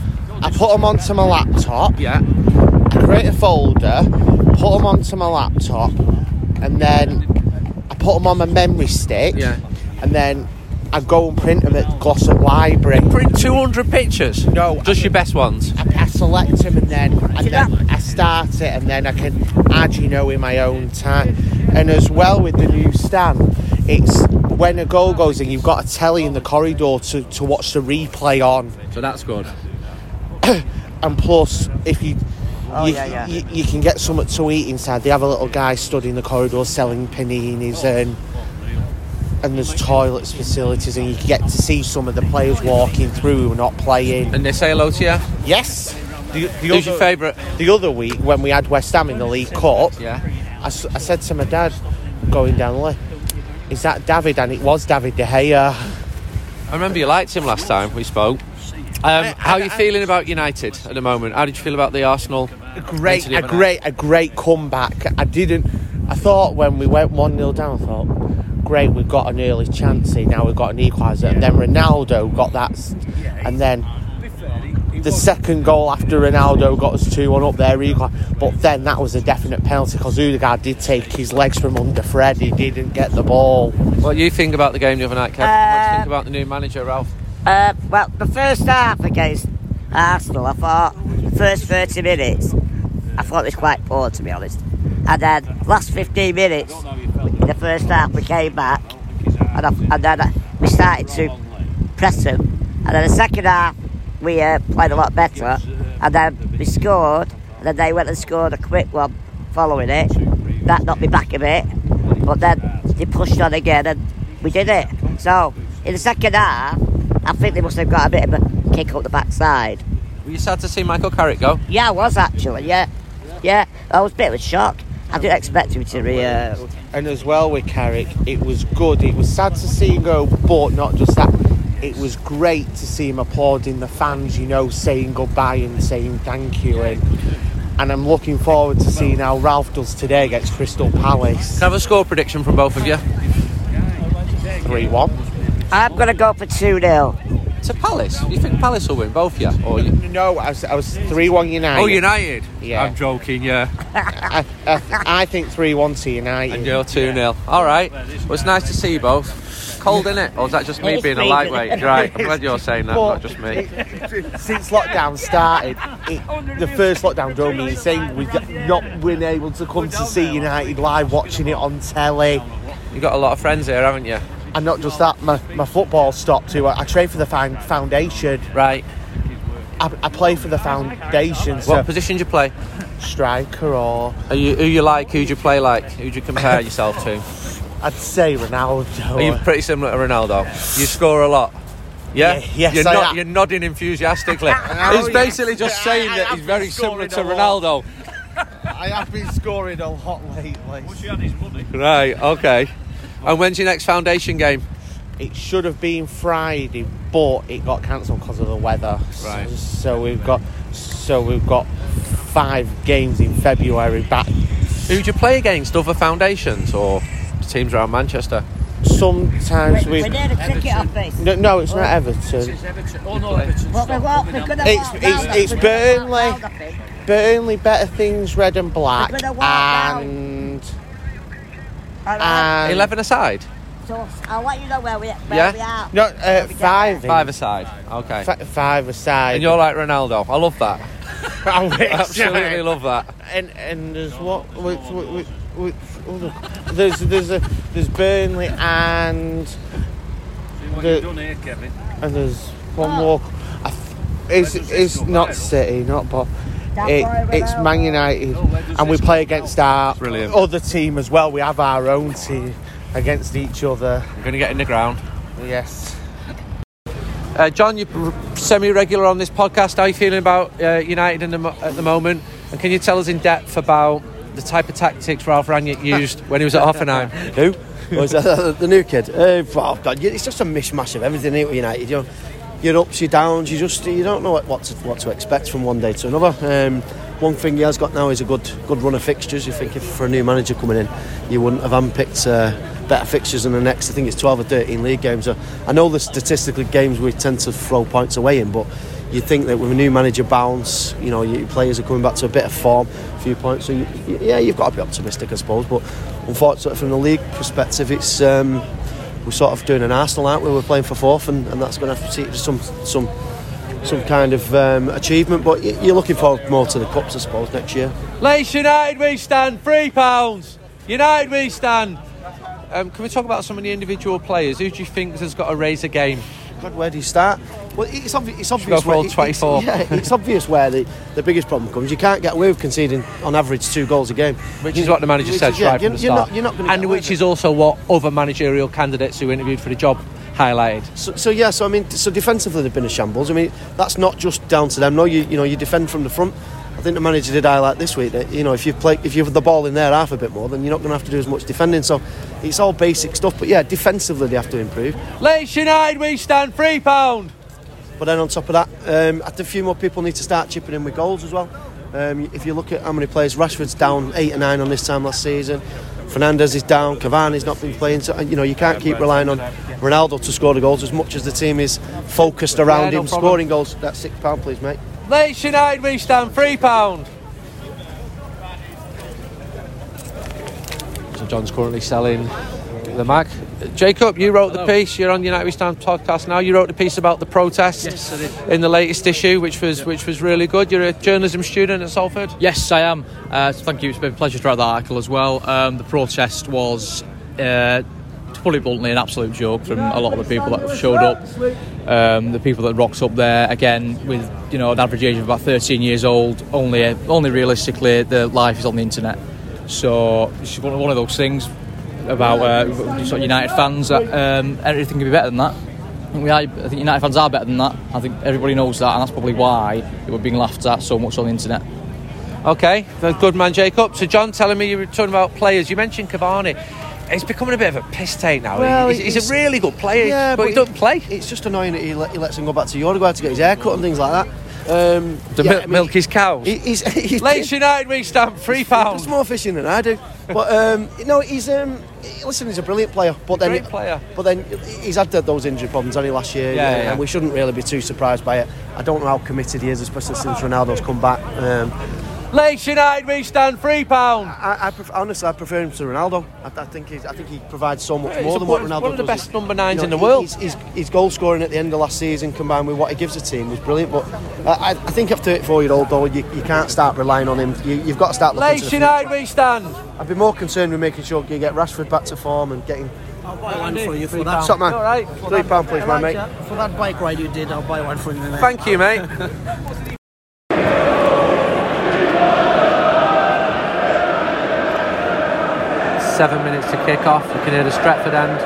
Speaker 21: I put them onto my laptop.
Speaker 1: Yeah.
Speaker 21: I create a folder, put them onto my laptop, and then I put them on my memory stick. Yeah. And then I go and print them at Glossop Library.
Speaker 1: print 200 pictures?
Speaker 21: No.
Speaker 1: Just your best ones.
Speaker 21: I, I select them and then and then I start it and then I can add, you know, in my own time. And as well with the new stand, it's when a goal goes in, you've got a telly in the corridor to, to watch the replay on.
Speaker 1: So that's good.
Speaker 21: and plus, if you
Speaker 20: Oh,
Speaker 21: you,
Speaker 20: yeah, yeah.
Speaker 21: You, you can get something to eat inside. They have a little guy stood in the corridor selling paninis
Speaker 20: Oh.
Speaker 21: and and there's toilets facilities and you can get to see some of the players walking through and not playing.
Speaker 1: And they say hello to you?
Speaker 21: Yes. The,
Speaker 1: Who's your favourite?
Speaker 21: The other week when we had West Ham in the League Cup,
Speaker 1: yeah.
Speaker 21: I, s- I said to my dad, going down the lane, is that David? And it was David De Gea.
Speaker 1: I remember you liked him last time we spoke. Um, how are you feeling about United at the moment? How did you feel about the Arsenal?
Speaker 21: great,
Speaker 1: Anthony
Speaker 21: a
Speaker 1: Bernard?
Speaker 21: great, a great comeback. I didn't. I thought when we went one 0 down, I thought, great, we've got an early chance here. Now we've got an equaliser, and then Ronaldo got that, s- and then the second goal after Ronaldo got us two one up there. equal- But then that was a definite penalty because Udegaard did take his legs from under Fred. He didn't get the ball.
Speaker 1: What do you think about the game the other night, Kev? what do you think about the new manager, Ralph?
Speaker 20: Uh, well, the first half against Arsenal, I thought first 30 minutes, I thought it was quite poor to be honest. And then last 15 minutes in the first half, we came back, and, I, and then I- we started to press them. And then the second half, we uh, played a lot better, and then we scored. And then they went and scored a quick one following it. That knocked me back a bit, but then they pushed on again, and we did it. So in the second half, I think they must have got a bit of a kick up the backside.
Speaker 1: Were you sad to see Michael Carrick go?
Speaker 20: Yeah, I was actually. Yeah, yeah. I was a bit of a shock. I didn't expect him to re. Uh,
Speaker 21: And as well with Carrick, it was good. It was sad to see him go, but not just that. It was great to see him applauding the fans, you know, saying goodbye and saying thank you. And and I'm looking forward to seeing how Ralph does today against Crystal Palace.
Speaker 1: Can I have a score prediction from both of you?
Speaker 21: 3 1.
Speaker 20: I'm going to go for 2 0.
Speaker 1: To Palace? You think Palace will win, both of you? Or you?
Speaker 21: No, I was, I was 3 1 United.
Speaker 1: Oh, United?
Speaker 21: Yeah.
Speaker 1: I'm joking, yeah.
Speaker 21: I, I, I think 3 1 to United.
Speaker 1: And you're 2 0. All right. Well, it's nice to see you both. Cold, in it? Or is that just me
Speaker 21: It's
Speaker 1: being a
Speaker 21: me.
Speaker 1: lightweight? Right. I'm glad you're saying that,
Speaker 21: But
Speaker 1: not just me.
Speaker 21: it- since lockdown started, it, the first lockdown drove me insane with not being able to come to see United live, watching it on telly.
Speaker 1: You've got a lot of friends here, haven't you?
Speaker 21: And not just that, my, my football stopped too. I, I train for the fin- foundation.
Speaker 1: Right.
Speaker 21: I, I play for the foundation.
Speaker 1: What
Speaker 21: so
Speaker 1: position do you play?
Speaker 21: Striker or.
Speaker 1: Are you, who you like? Who do you play like? Who do you compare yourself to?
Speaker 21: I'd say Ronaldo.
Speaker 1: Are you pretty similar to Ronaldo? You score a lot. Yeah?
Speaker 21: Yeah, yes,
Speaker 1: you're,
Speaker 21: I
Speaker 1: nod-
Speaker 21: am.
Speaker 1: you're nodding enthusiastically.
Speaker 21: Oh,
Speaker 1: he's
Speaker 21: yes.
Speaker 1: basically just saying that he's very similar to Ronaldo.
Speaker 21: I have been scoring a lot lately. Once you had his money.
Speaker 1: Right, okay. And when's your next foundation game?
Speaker 21: It should have been Friday, but it got cancelled because of the weather.
Speaker 1: Right.
Speaker 21: So, so we've got so we've got five games in February back.
Speaker 1: Who'd you play against? Other foundations or teams around Manchester?
Speaker 21: Sometimes we.
Speaker 20: ticket office.
Speaker 21: No, no, it's not Everton.
Speaker 22: Oh, no, Everton.
Speaker 20: What, what, we're gonna
Speaker 21: It's
Speaker 20: walk down that-
Speaker 21: it's,
Speaker 20: we're
Speaker 21: it's
Speaker 20: gonna walk down
Speaker 21: Burnley.
Speaker 20: that bit.
Speaker 21: Burnley, better things, red and black,
Speaker 20: We're gonna walk down.
Speaker 21: and
Speaker 20: All right.
Speaker 21: and
Speaker 1: 11 aside?
Speaker 20: So I'll let you know where we, where we
Speaker 1: Yeah?
Speaker 20: are.
Speaker 21: No, uh, five.
Speaker 1: Five aside. Okay.
Speaker 21: Fi five aside.
Speaker 1: And you're like Ronaldo. I love that.
Speaker 21: I wish.
Speaker 1: Absolutely love that.
Speaker 21: And and there's what? Which, which, which, other- there's there's a there's Burnley and
Speaker 23: What
Speaker 21: the-
Speaker 23: you done here, Kevin?
Speaker 21: and there's one more. I th- it's it's not City, not but it, it's Man United,
Speaker 23: Oh,
Speaker 21: and we play against our other team as well. We have our own team against each other.
Speaker 1: I'm going to get in the ground.
Speaker 21: Yes.
Speaker 1: Uh, John, you're semi-regular on this podcast. How are you feeling about uh, United in the, mo- at the moment? And can you tell us in depth about the type of tactics Ralph Ranić used when he was at Hoffenheim?
Speaker 24: Who? Was that the new kid? Uh, oh God, it's just a mishmash of everything here at United. You're, your ups, your downs. You just you don't know what, what to what to expect from one day to another. Um, one thing he has got now is a good good run of fixtures. You think if for a new manager coming in, you wouldn't have handpicked uh, better fixtures than the next. I think it's 12 or 13 league games. Uh, I know the statistical games we tend to throw points away in, but you think that with a new manager bounce, you know your players are coming back to a bit of form, a few points. So you, you- yeah, you've got to be optimistic, I suppose. But unfortunately, from the league perspective, it's. Um, we're sort of doing an Arsenal, aren't we? We're playing for fourth, and, and that's going to have to see some some some kind of um, achievement. But y- you're looking forward more to the cups, I suppose, next year.
Speaker 1: Leeds United, we stand three pounds. United, we stand. Um, can we talk about some of the individual players? Who do you think has got to raise a game?
Speaker 24: God, where do you start? Well, it's obvious. It's
Speaker 1: Should we go
Speaker 24: obvious
Speaker 1: for
Speaker 24: where- it-
Speaker 1: all 24.
Speaker 24: It's, yeah, it's obvious where the, the biggest problem comes. You can't get away with conceding on average two goals a game,
Speaker 1: Which is what the manager
Speaker 24: Which
Speaker 1: said
Speaker 24: is- yeah,
Speaker 1: right
Speaker 24: you're,
Speaker 1: from the
Speaker 24: you're
Speaker 1: start.
Speaker 24: not, you're not going to
Speaker 1: and which is also what other managerial candidates who interviewed for the job highlighted.
Speaker 24: So, so yeah, so I mean, so defensively they've been a shambles. I mean, that's not just down to them. No, you you know you defend from the front. I think the manager did highlight this week that you know if you play if you have the ball in their half a bit more, then you're not going to have to do as much defending. So it's all basic stuff. But yeah, defensively they have to improve.
Speaker 1: Leeds United, we stand three pound.
Speaker 24: But then on top of that, um, I think a few more people need to start chipping in with goals as well. Um, if you look at how many players, Rashford's down eight or nine on this time last season. Fernandez is down. Cavani's not been playing. So, you know, you can't keep relying on Ronaldo to score the goals as much as the team is focused around
Speaker 1: Yeah, no
Speaker 24: him
Speaker 1: problem.
Speaker 24: scoring goals. That's six pound, please, mate.
Speaker 1: Leeds United, we stand three pound. So John's currently selling the Mac. Jacob, you wrote the
Speaker 22: Hello.
Speaker 1: piece. You're on United We Stand podcast now. You wrote the piece about the protest
Speaker 22: Yes, I did.
Speaker 1: in the latest issue, which was which was really good. You're a journalism student at Salford.
Speaker 13: Yes, I am. Uh, so thank you. It's been a pleasure to write that article as well. Um, the protest was, uh, to put it bluntly, an absolute joke from a lot of the people that showed up. Um, the people that rocked up there again with you know an average age of about 13 years old. Only only realistically, their life is on the internet. So it's one one of those things about uh, sort of United fans that um, everything can be better than that. I think, we are, I think United fans are better than that. I think everybody knows that, and that's probably why it were being laughed at so much on the internet.
Speaker 1: Okay, the good man Jacob. So John telling me you were talking about players. You mentioned Cavani. It's becoming a bit of a piss take now. he's, he's a really good player, but, he doesn't play.
Speaker 24: It's just annoying that he, let, he lets him go back to Uruguay to get his hair cut and things like that.
Speaker 2: Um,
Speaker 1: To mil- milk his cows?
Speaker 2: He, he's, he's
Speaker 1: Leeds United, we stand three pounds.
Speaker 2: There's more fishing than I do. But um, no, he's um, he- listen, he's a brilliant player. But then,
Speaker 1: Great player.
Speaker 2: But then he's had th- those injury problems only last year,
Speaker 1: Yeah, yeah, yeah.
Speaker 2: and we shouldn't really be too surprised by it. I don't know how committed he is, especially since Ronaldo's come back. Um,
Speaker 1: Leeds United, we stand three pounds.
Speaker 2: I, I pref- honestly, I prefer him to Ronaldo. I, I think he's, I think he provides so much
Speaker 1: He's
Speaker 2: more than what
Speaker 1: one-
Speaker 2: Ronaldo
Speaker 1: one of the
Speaker 2: does.
Speaker 1: best number nines in the
Speaker 2: he-
Speaker 1: world.
Speaker 2: His, his, his goal scoring at the end of last season, combined with what he gives the team, was brilliant. But I, I- I think at 34 year old though, you, you can't start relying on him. You, you've got to start looking. to the
Speaker 1: Leeds United, we stand.
Speaker 2: I'd be more concerned with making sure you get Rashford back to form and getting. I'll buy
Speaker 1: one for you for Three that. pound.
Speaker 2: Stop, man.
Speaker 1: You all right?
Speaker 2: Three pound, please, my mate.
Speaker 4: For that bike ride you did, I'll buy one for you, mate.
Speaker 1: Thank you, mate. Seven minutes to kick off. You can hear the Stretford end.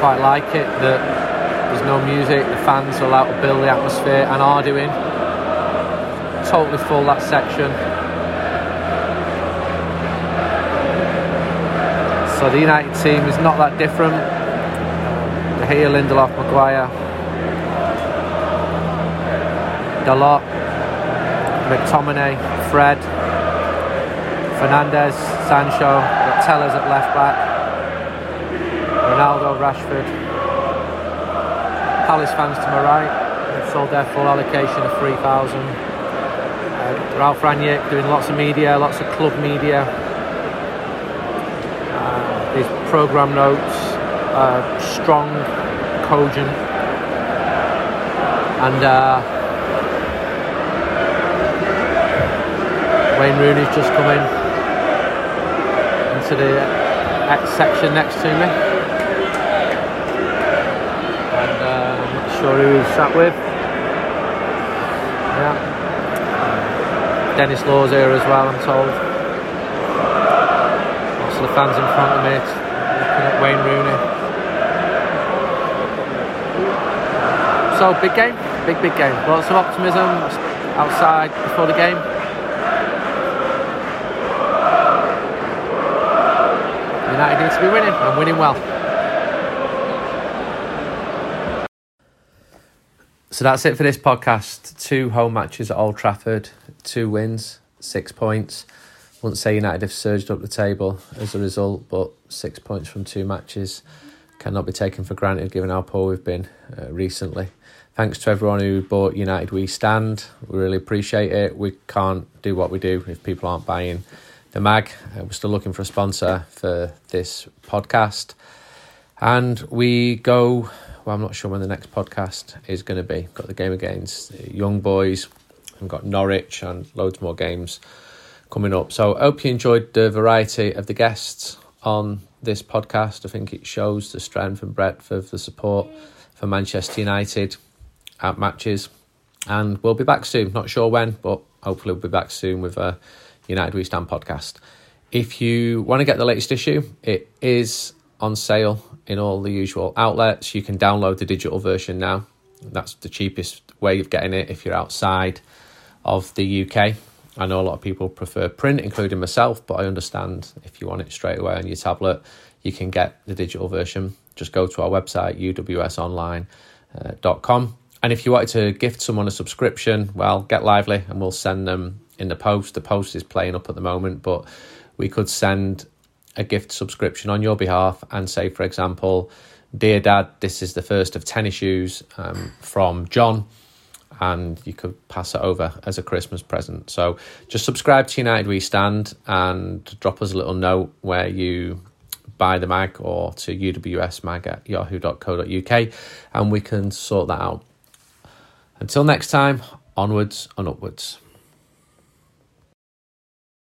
Speaker 1: Quite like it that there's no music. The fans are allowed to build the atmosphere and are doing. Totally full that section. So the United team is not that different. De Gea, Lindelof, Maguire, Dalot, McTominay, Fred, Fernandez, Sancho, Tellers at left back, Ronaldo, Rashford, Palace fans to my right, they've sold their full allocation of 3,000. Uh, Ralph Ranier doing lots of media, lots of club media. Uh, his programme notes are strong, cogent, and uh, Wayne Rooney's just come in into the X section next to me. And uh, I'm not sure who he's sat with. Yeah. Um, Dennis Law's here as well, I'm told. Lots of the fans in front of me looking at Wayne Rooney. So, big game, big, big game. Lots of optimism outside before the game. United need to be winning and winning well. So that's it for this podcast. Two home matches at Old Trafford, two wins, six points. Wouldn't say United have surged up the table as a result, but six points from two matches cannot be taken for granted given how poor we've been uh, recently. Thanks to everyone who bought United We Stand. We really appreciate it. We can't do what we do if people aren't buying the mag. Uh, we're still looking for a sponsor for this podcast. And we go, well, I'm not sure when the next podcast is going to be. Got the game against Young Boys, and got Norwich, and loads more games coming up. So I hope you enjoyed the variety of the guests on this podcast. I think it shows the strength and breadth of the support for Manchester United at matches. And we'll be back soon. Not sure when, but hopefully we'll be back soon with a United We Stand podcast. If you want to get the latest issue, it is on sale in all the usual outlets. You can download the digital version now. That's the cheapest way of getting it if you're outside of the UK. I know a lot of people prefer print, including myself, but I understand if you want it straight away on your tablet, you can get the digital version. Just go to our website, uwsonline.com. uh, And if you wanted to gift someone a subscription, well, get lively and we'll send them in the post. The post is playing up at the moment, but we could send a gift subscription on your behalf and say, for example, Dear Dad, this is the first of 10 issues um, from John and you could pass it over as a Christmas present. So just subscribe to United We Stand and drop us a little note where you buy the mag or to uwsmag at yahoo.co.uk and we can sort that out. Until next time, onwards and upwards.